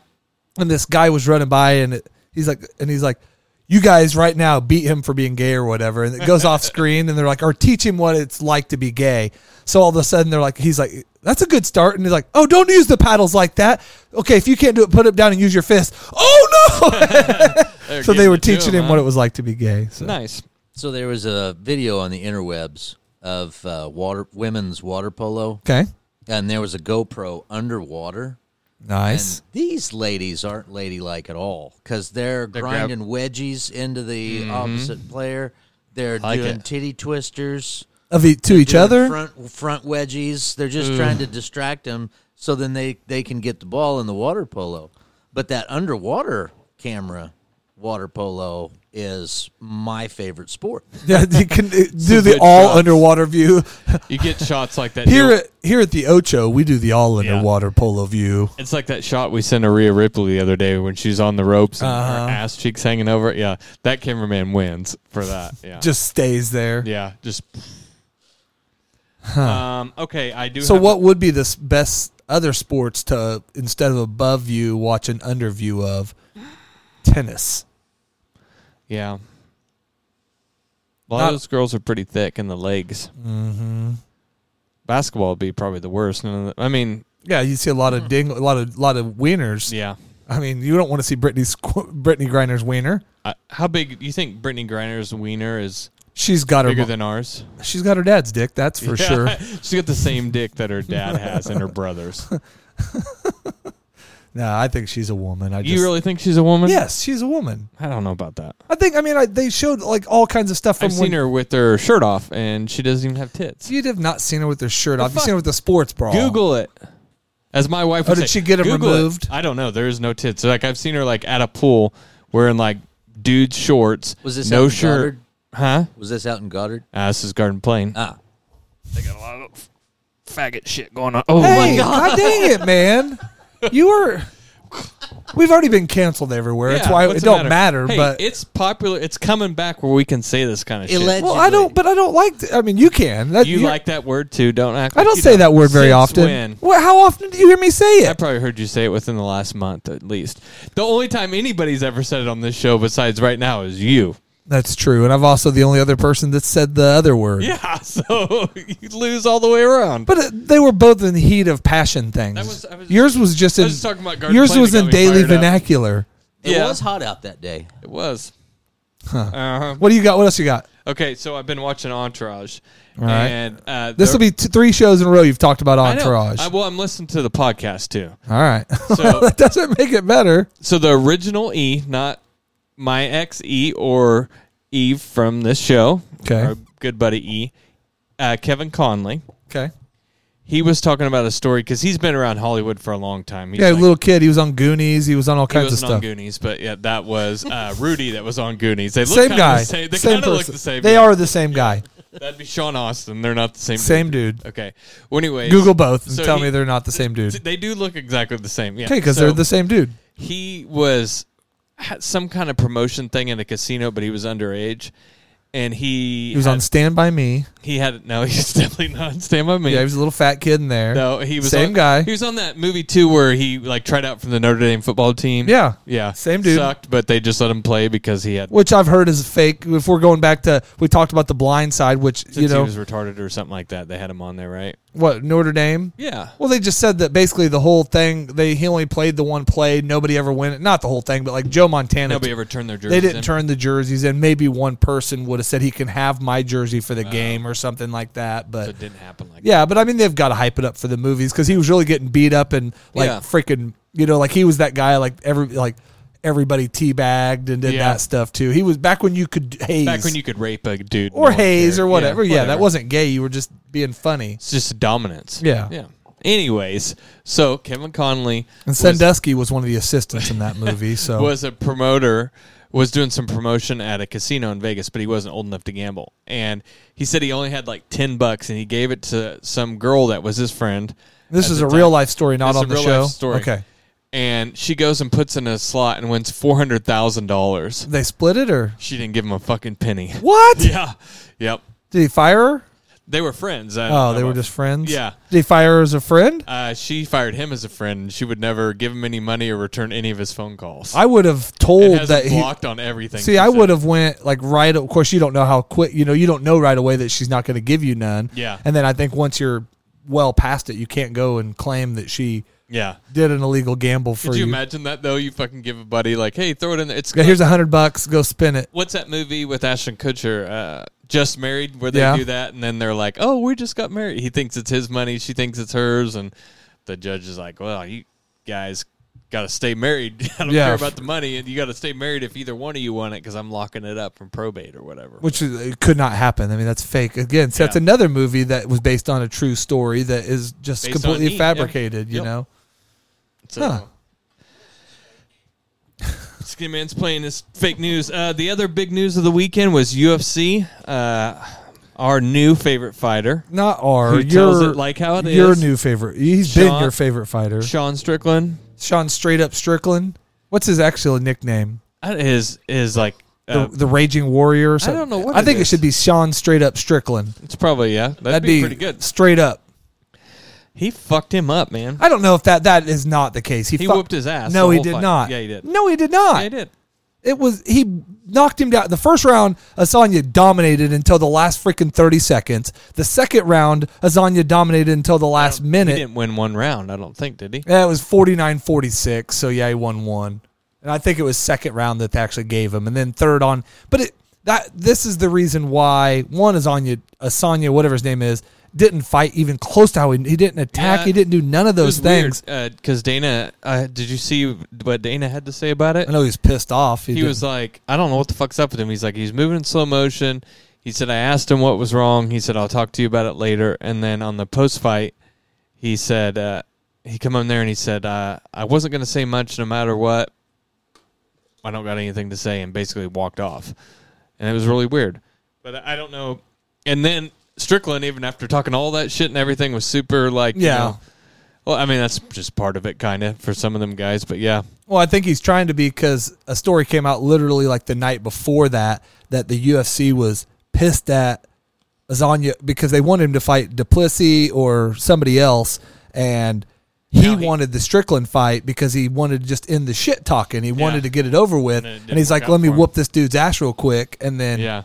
I: and this guy was running by and it, he's like and he's like you guys right now beat him for being gay or whatever and it goes off screen and they're like or teach him what it's like to be gay so all of a sudden they're like he's like that's a good start and he's like oh don't use the paddles like that okay if you can't do it put it down and use your fist oh no so they
J: giving
I: were
J: it to
I: teaching
J: him,
I: him, what
J: huh?
I: it was like to be gay so
J: Nice.
H: So there was a video on the interwebs of uh, water women's water polo,
I: okay
H: and there was a GoPro underwater.
I: nice
H: And these ladies aren't ladylike at all because they're,
J: grab- Mm-hmm.
H: grinding wedgies into the opposite player. They're
J: Like
H: doing
J: it.
H: titty twisters.
I: of e- to each
H: doing
I: other Mm.
H: front front wedgies. They're just trying to distract them so then they they can get the ball in the water polo. But that underwater camera water polo is my favorite sport.
I: Yeah, you can uh, do
J: Some
I: the
J: good
I: all
J: shots.
I: underwater view.
J: You get shots like that
I: Here
J: Neil-
I: at here at the Ocho, we do the all underwater polo view.
J: It's like that shot we sent to Rhea Ripley the other day when she's on the ropes and
I: Uh-huh.
J: her ass cheeks hanging over it. Yeah, that cameraman wins for that. Yeah,
I: Just stays there.
J: yeah, just. Um. Okay, I do.
I: So
J: have-
I: what would be the s- best other sports to instead of above view watch an under view of tennis?
J: Yeah. A lot
I: Not-
J: of those girls are pretty thick in the legs. Mm-hmm. Basketball would be probably the worst. None of the- I mean,
I: Yeah, you see a lot of ding, a lot of lot of wieners.
J: Hmm. yeah.
I: I mean, you don't want to see Brittany's Brittany Griner's wiener.
J: I, how big do you think Brittany Griner's wiener is
I: She's got her.
J: bigger
I: mo-
J: than ours?
I: she's got her dad's dick. That's for
J: Yeah.
I: sure.
J: She's got the same dick that her dad has and her brothers.
I: No, I think she's a woman. I just,
J: you really think she's a woman?
I: Yes, she's a woman.
J: I don't know about that.
I: I think. I mean, I, they showed like all kinds of stuff from
J: I've
I: when
J: seen her with her shirt off, and she doesn't even have tits.
I: You'd have not seen her with her shirt off. You've
J: fuck?
I: seen her with a sports bra.
J: Google it. As my wife
I: Oh,
J: would
I: did
J: say,
I: she get 'em
J: Google it.
I: removed?
J: I don't know. There is no tits. Like I've seen her like at a pool wearing like dude shorts.
H: Was this out
J: no
H: in
J: shirt?
H: Goddard?
J: Huh?
H: Was this out in Goddard?
J: Ah, this is Garden Plain.
H: Ah,
E: Faggot shit going on. Oh
I: Hey, god dang it, man! You were. We've already been canceled everywhere. That's
J: Yeah,
I: why it
J: what's the
I: don't matter.
J: Hey,
I: but
J: it's popular. It's coming back where we can say this kind of shit.
H: Allegedly.
I: well, I don't. But I don't like. th- I mean, you can. That,
J: You
I: you're-
J: like that word too? Don't act.
I: I
J: like
I: don't
J: you
I: say that word very
J: Since
I: often.
J: when?
I: What, how often do you hear me say
J: I
I: it?
J: probably heard you say it within the last month at least. The only time anybody's ever said it on this show besides right now is you.
I: That's true. And I'm also the only other person that said the other word.
J: Yeah, so you lose all the way around.
I: But uh, they were both in the heat of passion things.
J: That was- I was-
I: yours was just in.
J: I was just talking about Garden
I: yours
J: Plain
I: was
J: that got
I: in
J: me
I: daily
J: fired up.
I: vernacular.
H: it
J: Yeah.
H: was hot out that day.
J: It was. Uh-huh.
I: What do you got? What else you got?
J: Okay, so I've been watching Entourage,
I: right.
J: and uh,
I: This will be t- three shows in a row you've talked about
J: I know.
I: Entourage.
J: I, well, I'm listening to the podcast too.
I: All right.
J: So-
I: that doesn't make it better.
J: So the original E, not my ex E or Eve from this show.
I: Okay.
J: our good buddy E, uh, Kevin Conley.
I: Okay.
J: He was talking about a story because he's been around Hollywood for a long time. He's
I: Yeah,
J: like-
I: little kid. He was on Goonies. He was on all
J: He
I: kinds of
J: wasn't on
I: stuff.
J: Goonies, but yeah, that was uh, Rudy that was on Goonies. They look
I: Same
J: kinda
I: guy.
J: The same. They
I: same
J: kind of look
I: person.
J: the same.
I: they
J: yeah.
I: are the same guy.
J: That'd be Sean Austin. They're not the same.
I: Same dude.
J: Okay. Well, anyway,
I: Google both and
J: So
I: tell
J: he-
I: me they're not the same dude.
J: They do look exactly the same. Yeah.
I: Okay, because
J: So
I: they're the same dude.
J: He was had some kind of promotion thing in a casino, but he was underage, and he
I: He was
J: had,
I: on Stand By Me.
J: He had no. He's definitely not on Stand by Me.
I: Yeah, he was a little fat kid in there.
J: no, he was
I: same
J: on-
I: guy.
J: He was on that movie too, where he like tried out for the Notre Dame football team.
I: Yeah.
J: yeah,
I: Same dude.
J: Sucked, but they just let him play because he had
I: which I've heard is fake. If we're going back to, we talked about the Blind Side, which
J: since
I: you know
J: he was retarded or something like that. They had him on there, right?
I: what Notre Dame.
J: Yeah.
I: Well, they just said that basically the whole thing. They he only played the one play. Nobody ever went. Not the whole thing, but like Joe Montana.
J: Nobody ever turned their jerseys.
I: they didn't
J: in.
I: turn the jerseys in. Maybe one person would have said he can have my jersey for the game or something like that. But
J: It Oh. didn't happen like
I: yeah, but I mean they've got to hype it up for the movies because he was really getting beat up and like
J: Yeah.
I: freaking you know like he was that guy like every like everybody teabagged and did
J: Yeah.
I: that stuff too. He was back when you could haze
J: Back when you could rape a dude
I: or
J: no one
I: haze
J: cared.
I: or whatever. Yeah, that
J: whatever.
I: wasn't gay. You were just being funny.
J: It's just dominance.
I: Yeah.
J: yeah. Anyways, so Kevin Conley
I: And Sandusky was one of the assistants in that movie. So
J: was a promoter, was doing some promotion at a casino in Vegas, but he wasn't old enough to gamble. And he said he only had like ten bucks, and he gave it to some girl that was his friend.
I: this
J: at
I: is
J: the
I: a
J: time.
I: real life story, not
J: It's a
I: on the
J: real
I: show.
J: life story.
I: Okay,
J: And she goes and puts in a slot and wins four hundred thousand dollars.
I: they split it or
J: She didn't give him a fucking penny.
I: what?
J: Yeah, yep.
I: Did he fire her?
J: They were friends. I
I: Oh,
J: don't know
I: they were
J: about-
I: just friends.
J: Yeah.
I: Did he fire her as a friend?
J: Uh, she fired him as a friend. and She would never give him any money or return any of his phone calls.
I: I would have
J: and
I: told
J: has
I: that
J: him
I: he.
J: blocked on everything.
I: See,
J: she
I: I
J: said.
I: would have went like right. Of course, you don't know how quick. You know, you don't know right away that she's not going to give you none.
J: Yeah.
I: And then I think once you're well past it, you can't go and claim that she
J: Yeah.
I: did an illegal gamble for
J: Could you, imagine that though? You fucking give a buddy like, hey, throw it in there. It's
I: Yeah, here's a hundred bucks. Go spin it.
J: what's that movie with Ashton Kutcher? Uh, just married, where they
I: Yeah.
J: do that, and then they're like, oh, we just got married. He thinks it's his money, she thinks it's hers, and the judge is like, well, you guys. Got to stay married. I don't
I: Yeah.
J: care about the money, and you got to stay married if either one of you want it because I'm locking it up from probate or whatever.
I: which is, it could not happen. I mean, that's fake. Again, so that's
J: Yeah.
I: another movie that was based on a true story that is just
J: Based on
I: completely
J: E, yeah.
I: fabricated. You
J: Yep.
I: know,
J: So,
I: Huh.
J: Skin Man's playing this fake news. Uh, the other big news of the weekend was UFC. Uh, our new favorite fighter.
I: Not our.
J: Who tells
I: your-
J: it like how it is.
I: Your new favorite. He's been
J: Sean-
I: your favorite fighter.
J: Sean Strickland.
I: Sean Straight Up Strickland. What's his actual nickname?
J: That is is like uh,
I: the, the Raging Warrior. Or something.
J: don't know what
I: I
J: it
I: think it
J: is.
I: should be Sean Straight Up Strickland.
J: it's probably yeah. That'd,
I: That'd
J: be,
I: be
J: pretty good.
I: Straight up.
J: He fucked him up, man.
I: I don't know if that that is not the case. He,
J: He
I: fuck-
J: whooped his ass
I: No,
J: the
I: he
J: whole
I: did
J: fight.
I: not.
J: Yeah, he did.
I: No, he did not.
J: Yeah, he did.
I: It was he knocked him down. The first round, Asanya dominated until the last freaking thirty seconds. The second round, Asanya dominated until the last
J: He
I: minute.
J: didn't win one round, I don't think, did he?
I: Yeah, it was 49-46, so yeah, he won one. And I think it was second round that they actually gave him, and then third on. But it, that this is the reason why one is Anya Asanya, whatever his name is, didn't fight even close to how he, he didn't attack.
J: Yeah.
I: he didn't do none of those things.
J: because Dana. Uh, did you see what Dana had to say about it?
I: I know he was pissed off.
J: he
I: didn't-
J: was like, I don't know what the fuck's up with him. He's like, he's moving in slow motion. He said, I asked him what was wrong. He said, I'll talk to you about it later. And then on the post fight, he said, uh, he come on there and he said, uh, I wasn't going to say much no matter what. I don't got anything to say, and basically walked off. And it was really weird. But I I don't know. And then Strickland, even after talking all that shit and everything, was super like, you
I: Yeah.
J: know- well, I mean, that's just part of it, kind of, for some of them guys. But yeah.
I: Well, I think he's trying to be because a story came out literally like the night before that that the UFC was pissed at Azanya because they wanted him to fight Duplessis or somebody else, and he, wanted the Strickland fight because he wanted to just end the shit talking. He wanted to get it over with,
J: it
I: and,
J: didn't
I: he's
J: work
I: like,
J: out
I: "Let me
J: for him."
I: whoop this dude's ass real quick," and then
J: Yeah.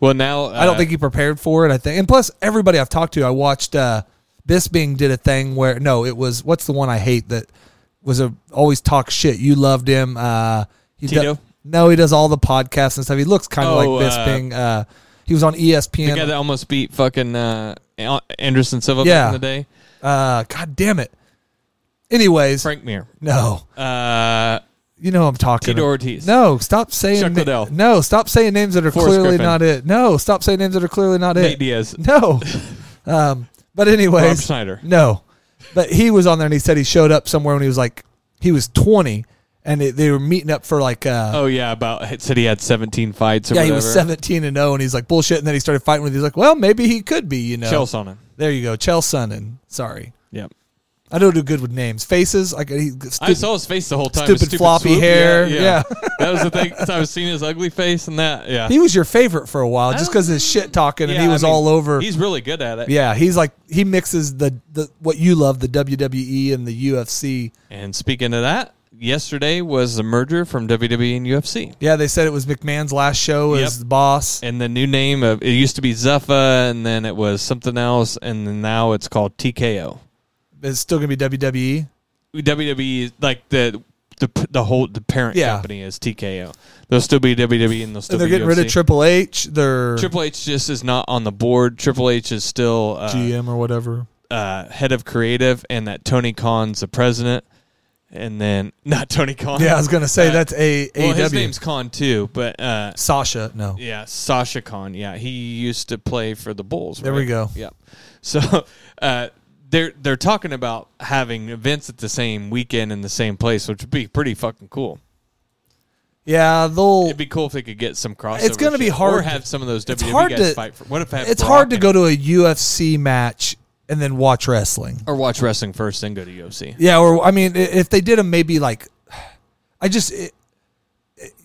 J: Well, now.
I: I don't
J: uh,
I: think he prepared for it. I think, and plus everybody I've talked to, I watched uh, Bisping did a thing where no, it was what's the one I hate that was a always talk shit. You loved him. Uh, he do-
J: Tito?
I: no, he does all the podcasts and stuff. He looks kind of
J: Oh,
I: like
J: uh,
I: Bisping. Uh, he was on ESPN.
J: The guy that almost beat fucking uh, Al- Anderson Silva back
I: Yeah.
J: in the day.
I: uh, God damn it. Anyways,
J: Frank Mir.
I: no,
J: Uh,
I: you know who I'm talking.
J: Tito
I: about.
J: Ortiz.
I: No, stop saying
J: Chuck Liddell.
I: no, stop saying names that are
J: Forrest
I: clearly
J: Griffin.
I: not it. No, stop saying names that are clearly not
J: Nate
I: it.
J: Diaz.
I: No. Um, but anyways,
J: Rob Schneider.
I: No, but he was on there and he said he showed up somewhere when he was like he was twenty, and it, they were meeting up for like uh,
J: Oh, yeah. About it said he had 17 fights or
I: yeah
J: whatever.
I: he was seventeen and zero, and he's like bullshit, and then he started fighting with. He's like, well, maybe he could be, you know.
J: Chelsea on him.
I: There you go, Chel Sonnen. Sorry,
J: Yep.
I: I don't do good with names, faces. Like he,
J: I saw his face the whole time.
I: Stupid
J: His
I: floppy
J: swoop.
I: hair.
J: that was the thing. So I was seeing his ugly face and that. Yeah.
I: he was your favorite for a while just
J: don't-
I: because his shit talking,
J: Uh, Yeah,
I: and he was
J: I mean,
I: all over.
J: He's really good at it.
I: yeah, he's like he mixes the, the what you love, the WWE and the UFC.
J: And speaking of that, yesterday was the merger from WWE and UFC.
I: Yeah, they said it was McMahon's last show
J: Yep.
I: as the boss.
J: and the new name of it used to be Zuffa, and then it was something else, and then now it's called TKO.
I: It's still gonna be E. WWE.
J: WWE E, like the the the whole the parent
I: Yeah.
J: company is TKO. They'll still be WWE, and they'll still
I: And they're
J: be
I: getting
J: UFC.
I: rid of Triple H. They're
J: Triple H just is not on the board. Triple H is still uh,
I: GM or whatever.
J: uh, head of creative, and that Tony Khan's the president. And then not Tony Khan.
I: Yeah, I was gonna say
J: Uh,
I: that's a
J: well, his
I: AEW.
J: name's Khan too, but uh,
I: Sasha. No,
J: Yeah, Sasha Khan. Yeah, he used to play for the Bulls.
I: There we
J: right?
I: go.
J: Yep. So uh, they're they're talking about having events at the same weekend in the same place, which would be pretty fucking cool.
I: yeah, they'll.
J: It'd be cool if they could get some crossover.
I: It's gonna be
J: shit,
I: hard
J: Or
I: to-
J: have some of those
I: it's
J: WWE
I: hard
J: guys
I: to-
J: fight for. What if I have
I: it's
J: Brock
I: hard to
J: and-
I: go to a UFC match and then watch wrestling.
J: or watch wrestling first, then go to UFC.
I: Yeah, or I mean, i- if they did them, maybe like, I just it,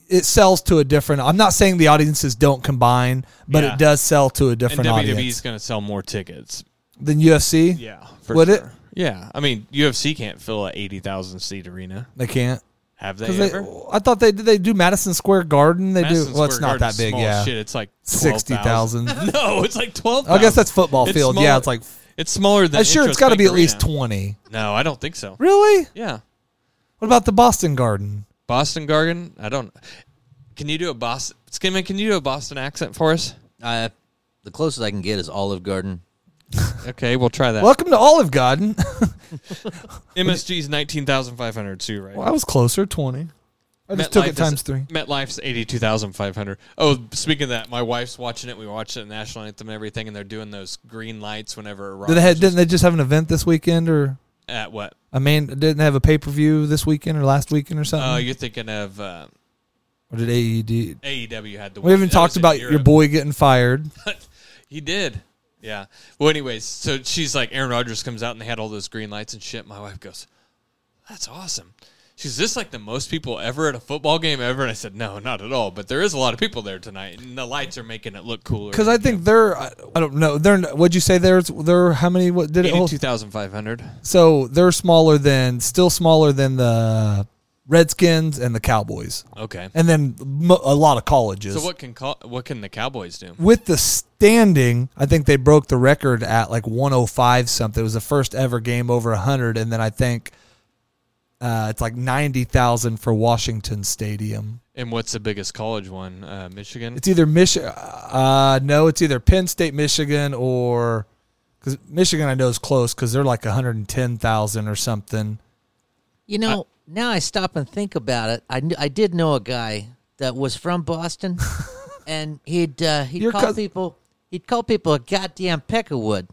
I: it sells to a different. I'm not saying the audiences don't combine, but
J: Yeah.
I: it does sell to a
J: And
I: different
J: WWE's
I: audience
J: going to sell more tickets.
I: than UFC.
J: Yeah, for
I: Would it?
J: sure. Yeah, I mean UFC can't fill a eighty thousand seat arena.
I: They can't.
J: Have they
I: 'Cause they-
J: ever?
I: I thought they did. They do Madison Square Garden. They
J: Madison
I: do. Well, it's
J: Square
I: not
J: Garden's
I: that big.
J: small
I: Yeah,
J: as shit. It's like
I: 60,000.
J: 12,000. No, it's like twelve.
I: I guess that's football field. Yeah, it's like-
J: it's smaller than.
I: I'm sure it's
J: Intros
I: got to
J: Bank
I: be at least
J: Arena.
I: twenty.
J: No, I don't think so.
I: Really?
J: Yeah,
I: What about the Boston Garden?
J: Boston Garden. I don't. Can you do a Boston? Skinman, can you do a Boston accent for us?
H: I, the closest I can get is Olive Garden.
J: Okay, we'll try that.
I: Welcome to Olive Garden.
J: MSG's nineteen thousand five hundred too, right?
I: well, I was closer, twenty. I just took
J: MetLife
I: it times
J: is,
I: three.
J: MetLife's eighty-two thousand five hundred. Oh, speaking of that, my wife's watching it. We watched it, national anthem and everything, and they're doing those green lights whenever.
I: Did they
J: Rogers
I: had, didn't they just have an event this weekend or?
J: at what?
I: I mean, didn't they have a pay per view this weekend or last weekend or
J: Oh,
I: something?
J: you're thinking of uh,
I: What did E AED?
J: AEW E had the.
I: We haven't
J: that
I: talked
J: was in
I: about your
J: Europe.
I: boy getting fired.
J: He did. Yeah. Well, anyways, so she's like, Aaron Rodgers comes out and they had all those green lights and shit. My wife goes, That's awesome. She's this like the most people ever at a football game ever? And I said, No, not at all. But there is a lot of people there tonight, and the lights are making it look cooler.
I: Because I think they're, I I don't know, they're. What'd you say? There's, they're how many? What did it? hold?
J: 2,500.
I: So they're smaller than, still smaller than the Redskins and the Cowboys,
J: Okay.
I: and then mo- a lot of colleges.
J: So what can co- what can the Cowboys do?
I: With the standing, I think they broke the record at like 105 something. It was the first ever game over 100, and then I think uh, it's like 90,000 for Washington Stadium.
J: And what's the biggest college one? Uh, Michigan.
I: It's either Michigan. Uh, no, it's either Penn State, Michigan, or because Michigan I know is close because they're like 110,000 or something.
H: You know, now I stop and think about it. I, kn- I did know a guy that was from Boston, and he'd uh, he'd
I: Your
H: call
I: cousin-
H: people he'd call people a goddamn peckerwood,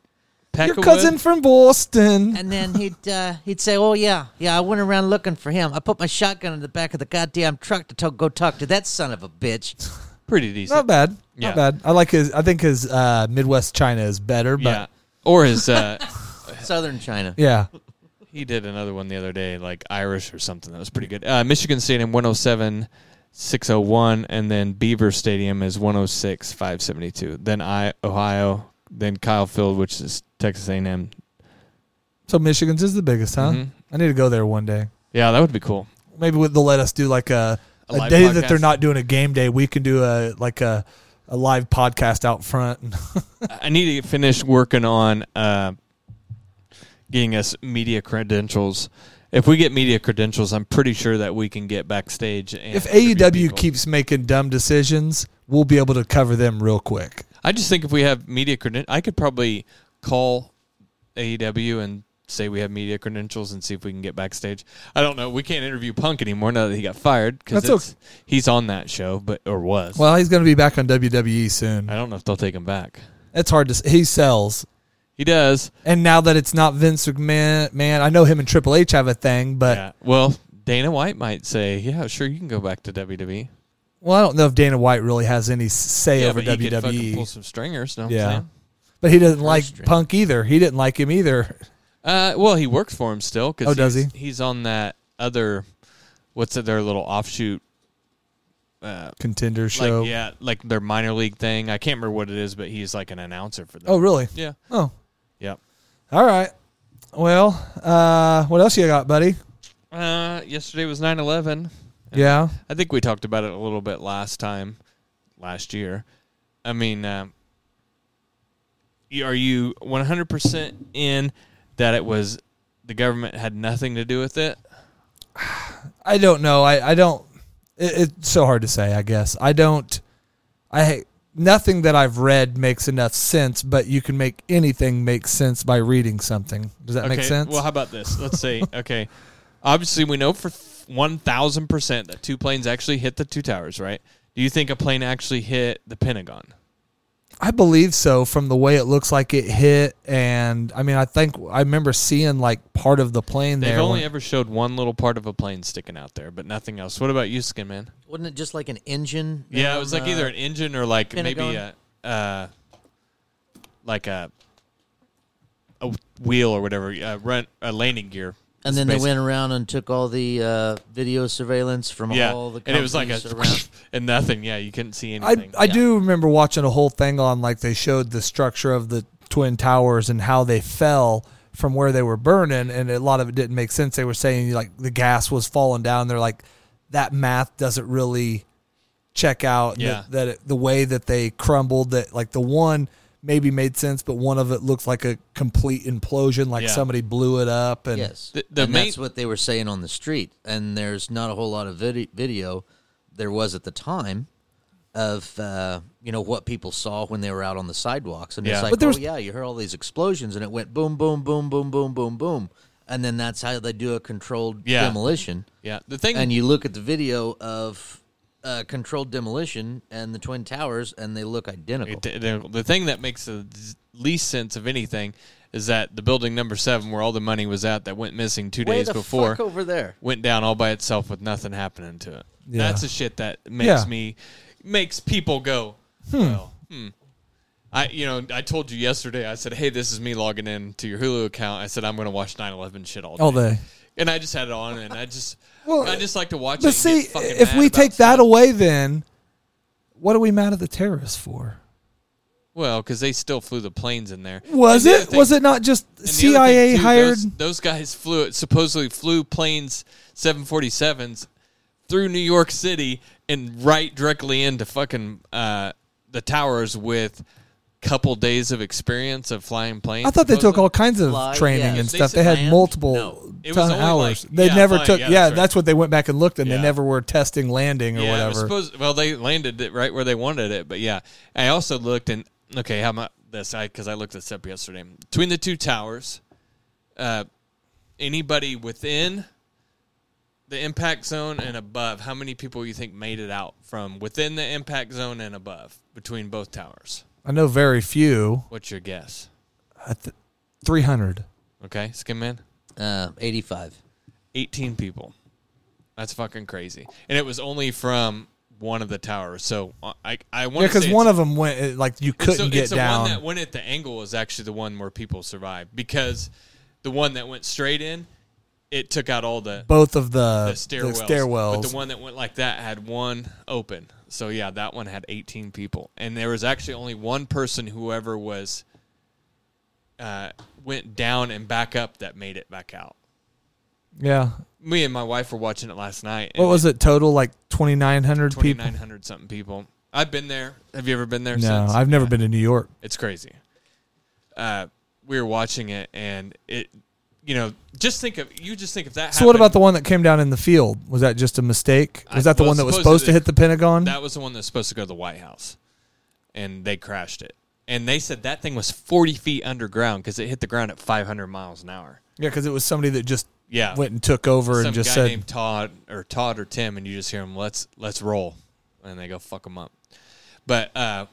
I: Your cousin from Boston.
H: and then he'd uh, he'd say, "Oh yeah, yeah, I went around looking for him. I put my shotgun in the back of the goddamn truck to t- go talk to that son of a bitch."
J: pretty decent.
I: Not bad.
J: Yeah.
I: Not bad. I like his. I think his uh, Midwest China is better,
J: yeah.
I: but
J: Or his uh,
H: Southern China.
I: yeah.
J: He did another one the other day, like Irish or something. That was pretty good. Uh, Michigan Stadium 107 601, and then Beaver Stadium is 106 572. Then I Ohio, then Kyle Field, which is Texas A&M.
I: So Michigan's is the biggest, huh?
J: Mhm.
I: I need to go there one day.
J: Yeah, that would be cool.
I: Maybe with- they'll let us do like a,
J: A
I: a,
J: live
I: day that
J: podcast?
I: they're not doing a game day. We can do a like a a live podcast out front.
J: I need to finish working on uh, getting us media credentials. If we get media credentials, I'm pretty sure that we can get backstage. And
I: if
J: interview
I: AEW
J: people.
I: keeps making dumb decisions, we'll be able to cover them real quick.
J: I just think if we have media creden, I could probably call AEW and say we have media credentials and see if we can get backstage. I don't know. We can't interview Punk anymore now that he got fired
I: That's
J: because he's on that show, but or was.
I: Well, he's going to be back on WWE soon.
J: I don't know if they'll take him back.
I: It's hard to. s- He sells,
J: He does.
I: and now that it's not Vince McMahon, man, I know him and Triple H have a thing, but
J: yeah. Well, Dana White might say, "Yeah, sure, you can go back to WWE."
I: well, I don't know if Dana White really has any s- say
J: yeah,
I: over
J: but He could fucking
I: WWE.
J: pull some stringers. Know what
I: Yeah.
J: I'm saying?
I: but he doesn't like
H: string.
I: Punk either. He didn't like him either.
J: Uh, well, he works for him still. Cause
I: Oh, does
J: he's- He's on that other, what's it? Their little offshoot
I: Contender show.
J: Like yeah, like their minor league thing. I can't remember what it is, but he's like an announcer for them.
I: Oh, really?
J: yeah,
I: Oh,
J: yeah.
I: all right. Well, uh, what else you got, buddy?
J: Uh, yesterday was 9-11.
I: Yeah.
J: I think we talked about it a little bit last time, last year. I mean, um, y- are you one hundred percent in that it was the government had nothing to do with it?
I: I don't know. I, I don't. It, it's so hard to say. I guess I don't. I nothing that I've read makes enough sense, but you can make anything make sense by reading something. Does that
J: okay,
I: make sense?
J: Well, how about this? Let's say okay. Obviously, we know for one thousand percent that two planes actually hit the two towers, right? Do you think a plane actually hit the Pentagon?
I: I believe so from the way it looks like it hit, and I mean, I think I remember seeing like part of the plane
J: They've
I: there.
J: only
I: when-
J: ever showed one little part of a plane sticking out there, but nothing else. What about you, Skin Man?
H: Wasn't it just like an engine?
J: Yeah, it was like
H: Um,
J: either an engine or like maybe
H: Pentagon?
J: a, uh, like a a wheel or whatever, a run a landing gear.
H: And then they
J: Space-
H: went around and took all the uh, video surveillance from
J: Yeah,
H: all the
J: and it was like a
H: companies around.
J: and nothing. Yeah, you couldn't see
I: I
J: anything.
I: I do remember watching a whole thing on like they showed the structure of the twin towers and how they fell from where they were burning, and a lot of it didn't make sense. They were saying like the gas was falling down. They're like that math doesn't really check out. that-
J: Yeah.
I: that, it, the way that they crumbled that like the one maybe made sense, but one of it looked like a complete implosion, like
J: Yeah.
I: somebody blew it up. And
H: Yes,
J: The- the
H: and
J: main-
H: that's what they were saying on the street. And there's not a whole lot of vid- video there was at the time of uh, you know what people saw when they were out on the sidewalks. And
J: Yeah.
H: it's like,
I: But there
H: oh
I: was-
H: yeah, you heard all these explosions, and it went boom, boom, boom, boom, boom, boom, boom, and then that's how they do a controlled
J: Yeah.
H: demolition.
J: Yeah, the thing
H: And you look at the video of uh, controlled demolition and the twin towers, and they look identical.
J: It- the, the thing that makes the z- least sense of anything is that the building number seven, where all the money was at, that went missing two
H: Way
J: days
H: the
J: before,
H: fuck over there.
J: went down all by itself with nothing happening to it.
I: Yeah.
J: That's the shit that makes
I: Yeah.
J: me makes people go. Well, hmm. I you know I told you yesterday. I said, hey, this is me logging in to your Hulu account. I said I'm going to watch 9/11 shit all day.
I: All day.
J: And I just had it on, and I just
I: Well,
J: I just like to watch. it
I: But
J: and
I: see,
J: get fucking
I: if
J: mad
I: we
J: about
I: take
J: stuff.
I: that away, then what are we mad at the terrorists for?
J: well, because they still flew the planes in there.
I: Was
J: And the other
I: it?
J: thing-
I: Was it not just
J: And the other
I: CIA
J: thing, too,
I: hired?
J: those, those guys flew supposedly flew planes 747s through New York City and right directly into fucking uh, the towers with couple days of experience of flying planes.
I: I thought they took
J: supposedly.
I: all kinds of
H: Fly,
I: training
H: yeah.
I: and
J: They
I: stuff.
J: said
I: They had
H: land?
I: multiple
H: No.
J: It was
I: ton of
J: only
I: hours.
J: like-
I: they
J: yeah,
I: never
J: flying,
I: took.
J: yeah,
I: Yeah,
J: that's
I: that's,
J: right.
I: what they went back and looked, and
J: Yeah.
I: they never were testing landing or
J: yeah, it was
I: whatever.
J: supposed- well, they landed it right where they wanted it, but yeah. I also looked and okay, how about this? I because I looked this up yesterday. Between the two towers, uh, anybody within the impact zone and above, how many people you think made it out from within the impact zone and above between both towers?
I: I know very few.
J: What's your guess?
I: I th- Three hundred.
J: Okay, skin man.
H: Uh, 85.
J: 18 people. That's fucking crazy. And it was only from one of the towers. So uh, I I want
I: Yeah,
J: to
I: because one of them went it- like you couldn't
J: so
I: get
J: it's
I: down.
J: the one that went at the angle is actually the one where people survived because the one that went straight in, it took out all the,
I: Both of the,
J: the
I: the
J: stairwells.
I: stairwells.
J: But the one that went like that had one open. So yeah, that one had 18 people, and there was actually only one person whoever was uh, went down and back up that made it back out.
I: yeah.
J: Me and my wife were watching it last night. and
I: What was it total? Like twenty nine hundred people.
J: 2,900 something people. I've been there. Have you ever been there?
I: No,
J: since?
I: I've never
J: Yeah.
I: been to New York.
J: It's crazy. Uh, we were watching it, and it, you know, just think of you. Just think of that.
I: So what about the one that came down in the field? Was that just a mistake?
J: I-
I: Was that the
J: well,
I: one that was
J: supposedly-
I: supposed to hit the Pentagon?
J: That was the one that's supposed to go to the White House, and they crashed it. And they said that thing was forty feet underground because it hit the ground at five hundred miles an hour.
I: yeah, because it was somebody that just
J: Yeah,
I: went and took over
J: some
I: and just
J: guy
I: said,
J: named Todd or Todd or Tim, and you just hear him. Let's let's roll, and they go fuck them up. But uh,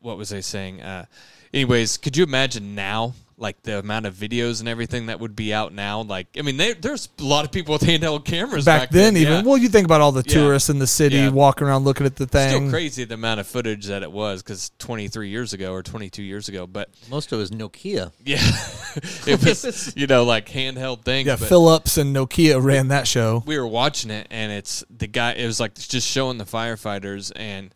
J: what was I saying? Uh, anyways, could you imagine now, like the amount of videos and everything that would be out now? Like, I mean, they, there's a lot of people with handheld cameras
I: back,
J: back,
I: then, even
J: yeah.
I: well you think about all the
J: Yeah.
I: tourists in the city
J: Yeah.
I: walking around looking at the
J: It's
I: thing
J: Still crazy the amount of footage that it was because 23 years ago or 22 years ago, but
H: Most of it was Nokia.
J: yeah, it was you know like handheld things.
I: yeah
J: but-
I: phillips and nokia ran that show
J: we were watching it and it's the guy it was like just showing the firefighters and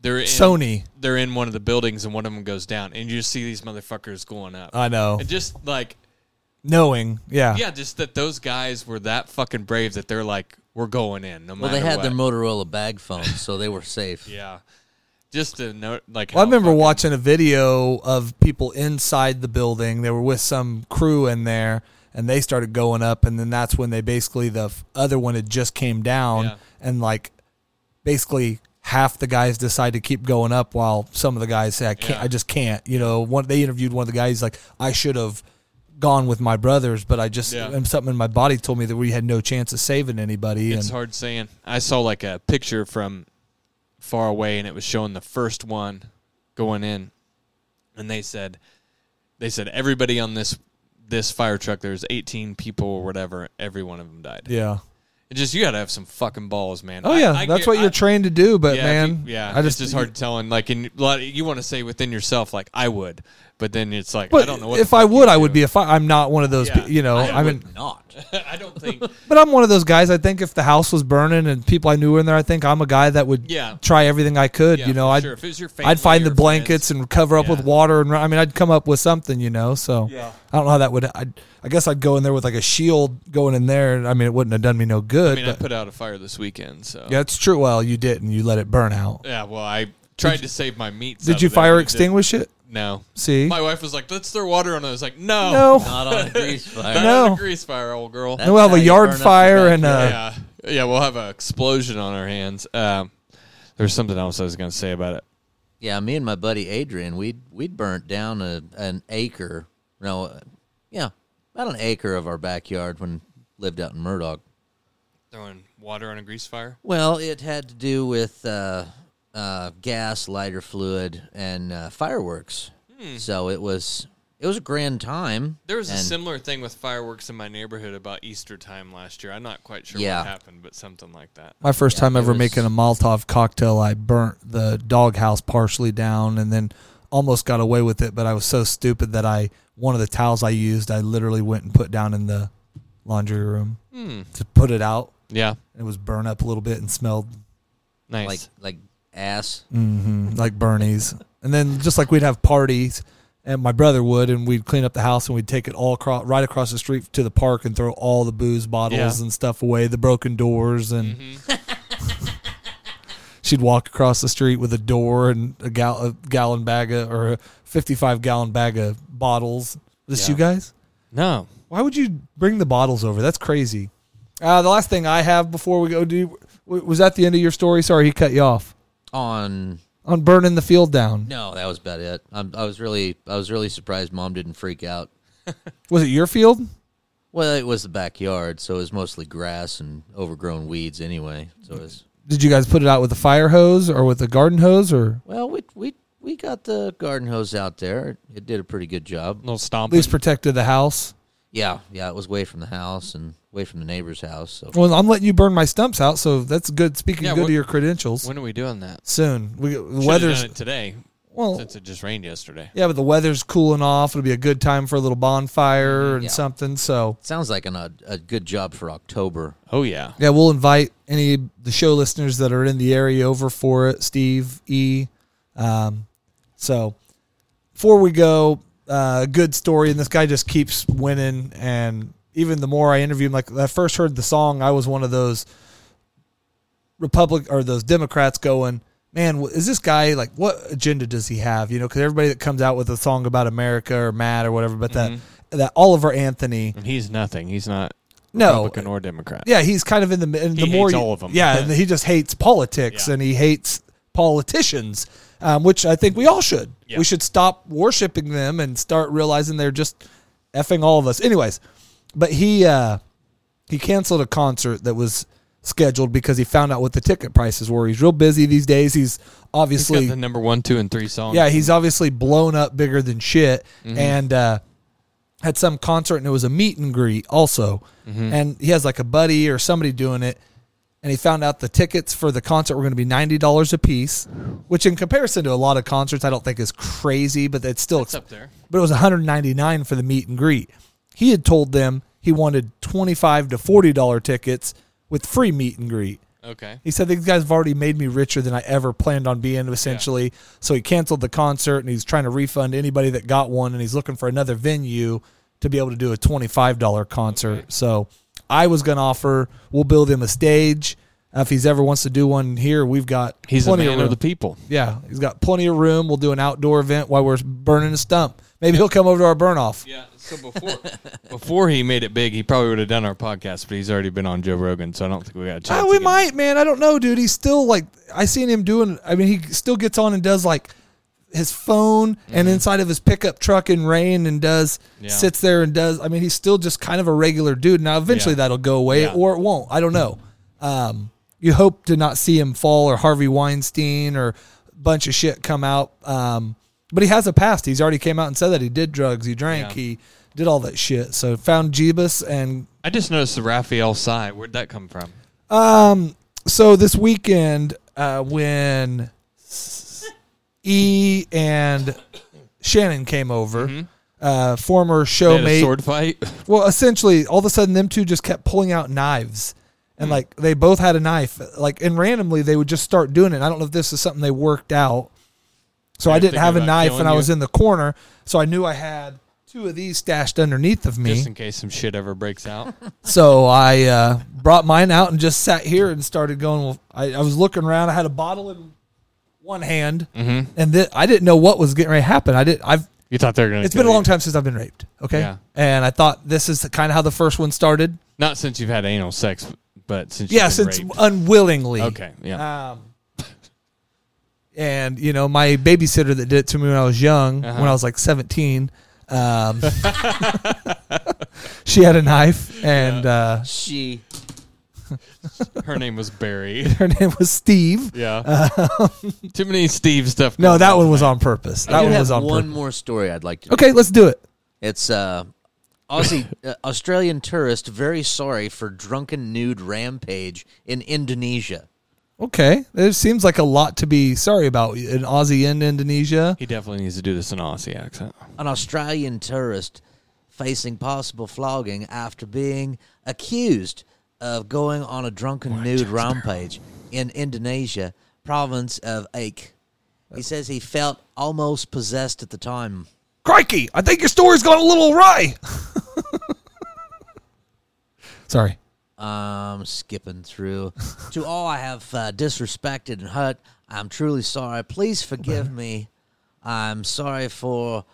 J: they're in
I: Sony.
J: they're in one of the buildings and one of them goes down and you just see these motherfuckers going up
I: i know
J: and just like
I: knowing yeah,
J: yeah just that those guys were that fucking brave that they're like we're going in no
H: Well,
J: matter
H: they had
J: what.
H: their Motorola bag phones, so they were safe.
J: yeah just to note like
I: Well, I
J: how
I: remember
J: fucking-
I: watching a video of people inside the building. They were with some crew in there, and they started going up, and then that's when they basically the f- other one had just came down,
J: Yeah.
I: and like basically half the guys decide to keep going up, while some of the guys say, "I can't,
J: Yeah.
I: I just can't." You know, one they interviewed one of the guys like, "I should have gone with my brothers, but I just
J: Yeah.
I: and something in my body told me that we had no chance of saving anybody."
J: It's
I: and
J: hard saying. I saw like a picture from far away, and it was showing the first one going in, and they said, they said everybody on this this fire truck. There's 18 people or whatever. Every one of them died.
I: yeah.
J: It just you got to have some fucking balls, man.
I: Oh
J: I-
I: yeah,
J: I
I: that's
J: get-
I: what
J: I-
I: you're trained to do, but
J: yeah, if you-
I: man,
J: yeah.
I: I just
J: it's just hard telling. Like, in a lot, you want to say within yourself, like I would, but then it's like
I: But
J: I don't know. What the
I: if I
J: fuck you
I: would, I
J: do.
I: would be a fi I'm not one of those,
J: Yeah.
I: pe- you know.
J: I
I: I, mean,
H: Would not.
J: I don't think.
I: but I'm one of those guys. I think if the house was burning and people I knew were in there, I think I'm a guy that would
J: Yeah.
I: try everything I could.
J: Yeah,
I: you know,
J: for
I: I'd
J: sure. If it was your family
I: I'd find
J: or
I: the
J: friends.
I: blankets and cover up with
J: Yeah.
I: water, and I mean, I'd come up with something, you know. So
J: Yeah.
I: I don't know how that would. I'd, I guess I'd go in there with like a shield going in there. and I mean, it wouldn't have done me no
J: I
I: good.
J: mean, I
I: but
J: put out a fire this weekend, so
I: yeah, it's true. Well, you didn't. You let it burn out.
J: Yeah, well, I tried to save my meat.
I: Did you fire extinguish it?
J: No.
I: See?
J: My wife was like, "Let's throw water on it." I was like, "No,
I: No.
H: Not on a grease fire.
J: That
I: No.
J: is a grease fire, old girl."
H: That-
I: And we'll have
H: That's
I: a
H: how you
I: yard
H: burn up the
I: fire and uh,
J: yeah, yeah, we'll have an explosion on our hands. Um, There's something else I was going to say about it.
H: Yeah, me and my buddy Adrian, we we burnt down a, an acre. No, uh, yeah, about an acre of our backyard when lived out in Murdoch.
J: Throwing water on a grease fire.
H: Well, it had to do with uh,
J: Hmm.
H: uh, gas, lighter fluid, and uh, fireworks. So it was It was a grand time.
J: There was a
H: and-
J: similar thing with fireworks in my neighborhood about Easter time last year. I'm not quite sure
H: Yeah.
J: what happened, but something like that.
I: My first time ever making a Molotov cocktail, I burnt the doghouse partially down and then almost got away with it, but I was so stupid that I one of the towels I used, I literally went and put down in the laundry room
J: Hmm.
I: to put it out.
J: Yeah.
I: It was burnt up a little bit and smelled
J: Nice.
H: like like ass.
I: hmm like Bernie's. and then just like we'd have parties, and my brother would, and we'd clean up the house and we'd take it all across, right across the street to the park and throw all the booze bottles
J: Yeah.
I: and stuff away, the broken doors, and she'd walk across the street with a door and a, gal- a gallon bag of, or a fifty-five gallon bag of bottles. This you guys?
J: no.
I: Why would you bring the bottles over? That's crazy. Uh, the last thing I have before we go, do w- was that the end of your story? Sorry, he cut you off
H: On
I: on burning the field down.
H: no, that was about it. i I was really I was really surprised mom didn't freak out.
I: Was it your field?
H: Well, it was the backyard, so it was mostly grass and overgrown weeds anyway. So it was
I: Did you guys put it out with a fire hose or with a garden hose or
H: well, we we we got the garden hose out there. It did a pretty good job.
J: little
I: at
J: stomping.
I: least protected the house?
H: Yeah, yeah, it was away from the house and away from the neighbor's house. So
I: Well, I'm letting you burn my stumps out, so that's good. Speaking
J: Yeah,
I: good
J: what-
I: to your credentials.
J: when are we doing that?
I: Soon, we the
J: Should've
I: weather's
J: done it today
I: well,
J: since it just rained yesterday.
I: yeah, but the weather's cooling off. It'll be a good time for a little
J: Mm-hmm.
I: bonfire and
H: Yeah.
I: something. So
H: sounds like an, a a good job for October.
J: Oh yeah.
I: yeah, we'll invite any of the show listeners that are in the area over for it. Steve E. Um, so before we go, uh, good story, and this guy just keeps winning. And even the more I interview him, like when I first heard the song, I was one of those Republic or those Democrats going, man, wh- is this guy like what agenda does he have? You know, because everybody that comes out with a song about America or Matt or whatever, but that that Oliver Anthony,
J: And he's nothing. He's not
I: no,
J: Republican or Democrat.
I: yeah, he's kind of in the mi- and
J: He
I: the more
J: hates
I: you-
J: all of 'em.
I: Yeah, and he just hates politics
J: Yeah.
I: and he hates politicians, um, which I think we all should.
J: Yeah.
I: We should stop worshiping them and start realizing they're just effing all of us. Anyways, but he uh, he canceled a concert that was scheduled because he found out what the ticket prices were. He's real busy these days. He's
J: He's
I: obviously
J: got the number one, two, and three song.
I: yeah, he's obviously blown up bigger than shit, and uh, had some concert, and it was a meet and greet also, and he has like a buddy or somebody doing it, and he found out the tickets for the concert were going to be ninety dollars a piece, which in comparison to a lot of concerts, I don't think is crazy, but it's still
J: It's up there.
I: but it was 199 for the meet and greet. He had told them he wanted 25 to 40 dollar tickets with free meet and greet.
J: Okay.
I: He said these guys have already made me richer than I ever planned on being, essentially. So he canceled the concert and he's trying to refund anybody that got one and he's looking for another venue to be able to do a twenty five dollar concert. So I was gonna offer we'll build him a stage. Uh, if he's ever wants to do one here, we've got
J: He's a
I: plenty
J: man
I: room.
J: of the people.
I: yeah, he's got plenty of room. We'll do an outdoor event while we're burning a stump. Maybe he'll come over to our burn off.
J: Yeah. So before before he made it big, he probably would have done our podcast, but he's already been on Joe Rogan, so I don't think we got a chance.
I: Ah, we
J: again.
I: might, man. I don't know, dude. He's still like I seen him doing. I mean, he still gets on and does like his phone and inside of his pickup truck in rain and does
J: Mm-hmm. Yeah.
I: sits there and does. I mean, he's still just kind of a regular dude. Now, eventually,
J: Yeah.
I: that'll go away
J: Yeah.
I: or it won't. I don't know. Um, you hope to not see him fall or Harvey Weinstein or bunch of shit come out. Um, but he has a past. He's already came out and said that he did drugs, he drank,
J: Yeah.
I: he did all that shit. So found Jeebus and
J: I just noticed the Raphael sigh. Where'd that come from?
I: so this weekend uh, when S- E and Shannon came over, uh, former
J: Mm-hmm. They had a
I: showmate.
J: sword fight.
I: well, essentially, all of a sudden, them two just kept pulling out knives, and
J: Mm.
I: like they both had a knife. Like and randomly, they would just start doing it. I don't know if this is something they worked out. So I
J: They're
I: didn't have a
J: thinking about
I: knife,
J: killing
I: and I
J: you?
I: was in the corner, so I knew I had two of these stashed underneath of me.
J: Just in case some shit ever breaks out.
I: So I uh, brought mine out and just sat here and started going. Well, I, I was looking around. I had a bottle in one hand, and th- I didn't know what was getting ready to happen. I did. I've.
J: You thought they were going to.
I: It's been a long time since I've been raped. Okay,
J: Yeah.
I: and I thought this is kind of how the first one started.
J: Not since you've had anal sex, but since
I: Yeah,
J: you've been
I: since
J: raped.
I: unwillingly.
J: okay, yeah,
I: Um, and you know, my babysitter that did it to me when I was young, when I was like seventeen. Um, she had a knife, and uh,
H: She
J: her name was Barry.
I: her name was Steve.
J: Yeah, too many Steve stuff.
I: No,
J: going
I: that
J: on. Oh,
I: one was on purpose. That
H: I do
I: one
H: have
I: was on
H: one
I: purpose.
H: more story I'd like to.
I: Okay, let's do it.
H: It's uh, Aussie uh, Australian tourist very sorry for drunken nude rampage in Indonesia.
I: Okay, it seems like a lot to be sorry about. An Aussie in Indonesia.
J: He definitely needs to do this in Aussie accent.
H: An Australian tourist facing possible flogging after being accused of going on a drunken nude rampage in Indonesia, province of Aceh. He says he felt almost possessed at the time.
I: Crikey, I think your story's gone a little awry. Sorry.
H: I'm skipping through. to all I have uh, disrespected and hurt, I'm truly sorry. Please forgive me. I'm sorry for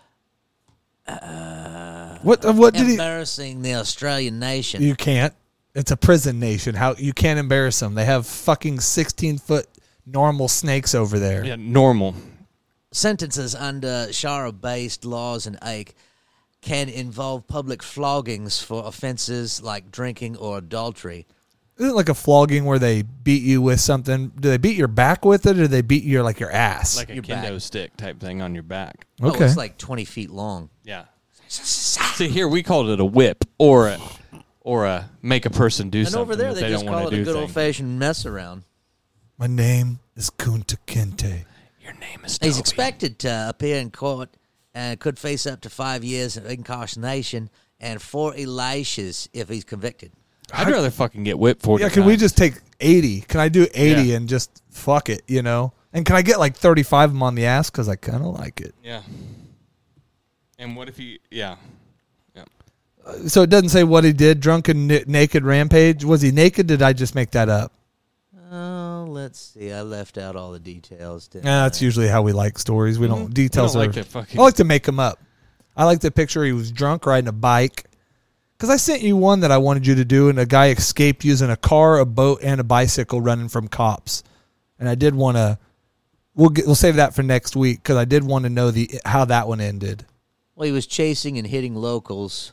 I: What? uh, What did he?
H: embarrassing the Australian nation.
I: You can't. It's a prison nation. How you can't embarrass them? They have fucking sixteen foot normal snakes over there.
J: Yeah, normal.
H: sentences under Sharia based laws in Ake can involve public floggings for offenses like drinking or adultery.
I: Isn't it like a flogging where they beat you with something? Do they beat your back with it, or do they beat your like your ass?
J: Like a
H: Your
J: kendo
H: back.
J: stick type thing on your back.
H: Oh,
I: Okay.
H: it's like 20 feet long.
J: Yeah. See here, we called it a whip or a or a make a person do
H: and
J: something
H: over there,
J: that
H: they, just
J: don't want
H: call
J: to
H: it
J: do.
H: a good
J: thing.
H: old fashioned mess around.
I: My name is Kunta Kinte.
J: Your name is.
H: He's
J: Toby.
H: expected to appear in court and could face up to five years of incarceration and four lashes if he's convicted.
J: I'd rather fucking get whipped for.
I: Yeah, can we just take eighty? Can I do eighty
J: Yeah.
I: and just fuck it? You know? And can I get like thirty five of them on the ass because I kind of like it?
J: Yeah. And what if he? Yeah. Yeah.
I: So it doesn't say what he did. Drunken n- naked rampage. Was he naked? Did I just make that up?
H: Oh, let's see. I left out all the details. didn't
I: Nah,
H: I?
I: Ah, that's usually how we like stories. We don't details.
J: Mm-hmm. We don't
I: are-
J: like to fucking-
I: I like to make them up. I like to picture he was drunk riding a bike. Because I sent you one that I wanted you to do, and a guy escaped using a car, a boat, and a bicycle running from cops. And I did want to. We'll get, we'll save that for next week because I did want to know the how that one ended
H: Well, he was chasing and hitting locals.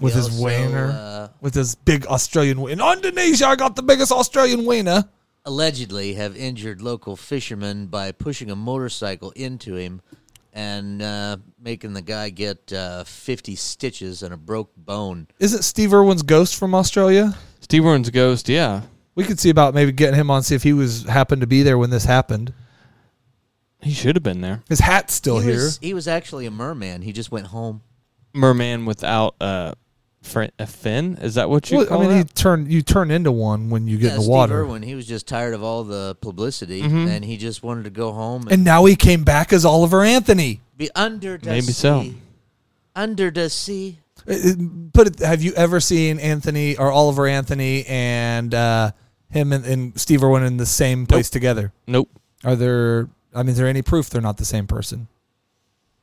I: with
H: He
I: his
H: also,
I: wiener,
H: uh,
I: with his big Australian wiener. In Indonesia, I got the biggest Australian wiener.
H: allegedly have injured local fishermen by pushing a motorcycle into him and uh, making the guy get uh, 50 stitches and a broke bone.
I: Isn't Steve Irwin's ghost from Australia?
J: Steve Irwin's ghost. Yeah.
I: We could see about maybe getting him on, see if he was happened to be there when this happened.
J: He should have been there.
I: His hat's still
H: he,
I: here.
H: was, he was actually a merman. He just went home.
J: Merman without a, fr- a fin. Is that what you
I: Well, I
J: call
I: mean, you
J: that?
I: turn you turn into one when you get
H: yeah,
I: in the
H: Steve
I: water.
H: Irwin, he was just tired of all the publicity and he just wanted to go home and,
I: And now he came back as Oliver Anthony.
H: be under the
J: Maybe
H: sea.
J: so.
H: Under the sea.
I: Uh, uh, Put it, have you ever seen Anthony or Oliver Anthony and uh, him and, and Steve Irwin in the same place together?
J: nope.
I: Are there? I mean, is there any proof they're not the same person?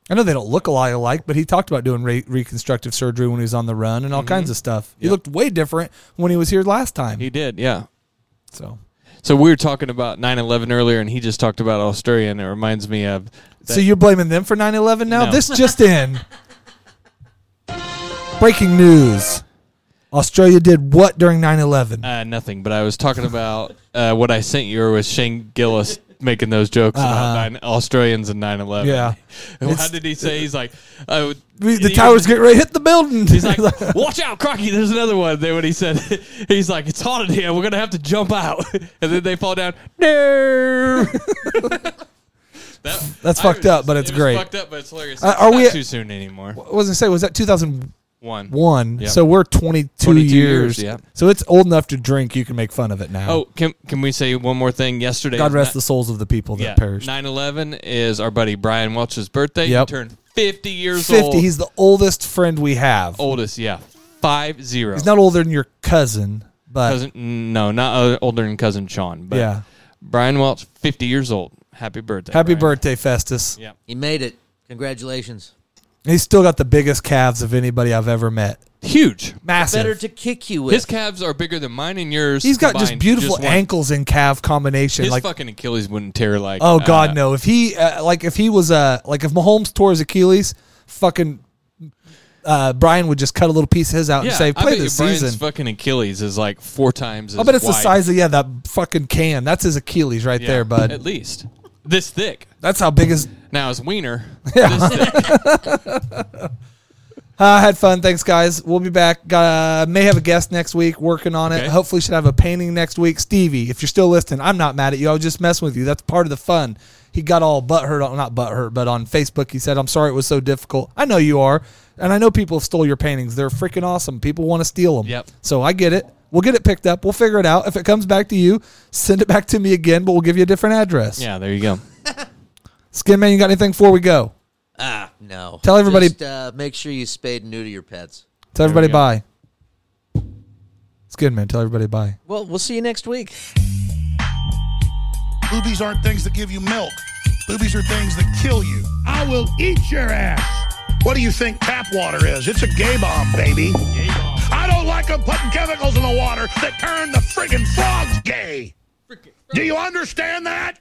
I: I know they don't look a lot alike, but he talked about doing re- reconstructive surgery when he was on the run
H: Mm-hmm.
I: and all kinds of stuff. He looked way different when he was here last time.
J: He did. Yeah.
I: so
J: So we were talking about 9/11 earlier, and he just talked about Australia, and it reminds me of. that-
I: So you're blaming them for 9/11 now?
J: No.
I: This just in. Breaking news. Australia did what during 9/11?
J: Uh, nothing, but I was talking about uh, what I sent you was Shane Gillis making those jokes about nine, Australians and 9 11.
I: Uh-huh. Yeah.
J: How
I: It's-
J: did he say? He's like, uh,
I: We- the
J: he-
I: towers get ready to hit the building.
J: He's like, watch out, Crocky. There's another one. Then when he said, he's like, it's hot in here. We're going to have to jump out. And then they fall down. No. That-
I: That's
J: I
I: fucked
J: was-
I: up, but it's
J: it was
I: great.
J: fucked up, but it's hilarious.
I: Uh,
J: It's
I: are
J: not
I: we-
J: too soon anymore?
I: I wasn't say was that 2001?
J: One. Yep.
I: So we're 22,
J: 22
I: years.
J: years, yeah.
I: So it's old enough to drink. You can make fun of it now.
J: Oh, can, can we say one more thing? Yesterday,
I: God rest
J: ni-
I: the souls of the people that
J: Yeah,
I: perished.
J: 9/11 is our buddy Brian Welch's birthday.
I: Yep.
J: He turned 50 years
I: 50.
J: old. Oh.
I: He's the oldest friend we have.
J: oldest, yeah. Five zero.
I: He's not older than your cousin, but
J: cousin. No, not o- older than cousin Sean. But
I: yeah.
J: Brian Welch, 50 years old. Happy birthday.
I: Happy
J: Brian.
I: birthday, Festus.
J: Yeah.
H: He made it. Congratulations.
I: He's still got the biggest calves of anybody I've ever met.
J: Huge.
I: Massive.
H: Better to kick you with.
J: His calves are bigger than mine and yours.
I: He's got just
J: combined,
I: beautiful
J: one.
I: ankles and calf combination.
J: His
I: like,
J: fucking Achilles wouldn't tear like.
I: oh god,
J: uh,
I: no! If he uh, like, if he was uh, like, if Mahomes tore his Achilles, fucking uh, Brian would just cut a little piece of his out
J: Yeah,
I: and say,
J: I
I: "Play
J: bet
I: this
J: Brian's
I: season."
J: fucking Achilles is like four times.
I: I
J: as
I: bet it's the
J: wide.
I: size of yeah that fucking can. That's his Achilles right
J: Yeah,
I: there,
J: At
I: bud.
J: least this thick.
I: That's how big his.
J: Now his wiener.
I: I had fun. Thanks, guys. We'll be back. Uh, may have a guest next week. Working on it.
J: Okay.
I: Hopefully, should have a painting next week. Stevie, if you're still listening, I'm not mad at you. I was just messing with you. That's part of the fun. He got all butthurt, on- not butthurt, but on Facebook, he said, "I'm sorry it was so difficult." I know you are, and I know people have stole your paintings. They're freaking awesome. People want to steal them.
J: Yep.
I: So I get it. We'll get it picked up. We'll figure it out. If it comes back to you, send it back to me again, but we'll give you a different address.
J: Yeah, there you go.
I: Skin man, you got anything before we go?
H: Ah, no.
I: Tell everybody-
H: Just, uh, make sure you spade and neuter your pets.
I: Tell everybody
J: go.
I: bye. Skin man, tell everybody bye.
H: Well, we'll see you next week.
F: Boobies aren't things that give you milk. Boobies are things that kill you. I will eat your ass. What do you think tap water is? It's a gay bomb, baby. I don't like them putting chemicals in the water that turn the friggin' frogs gay. Do you understand that?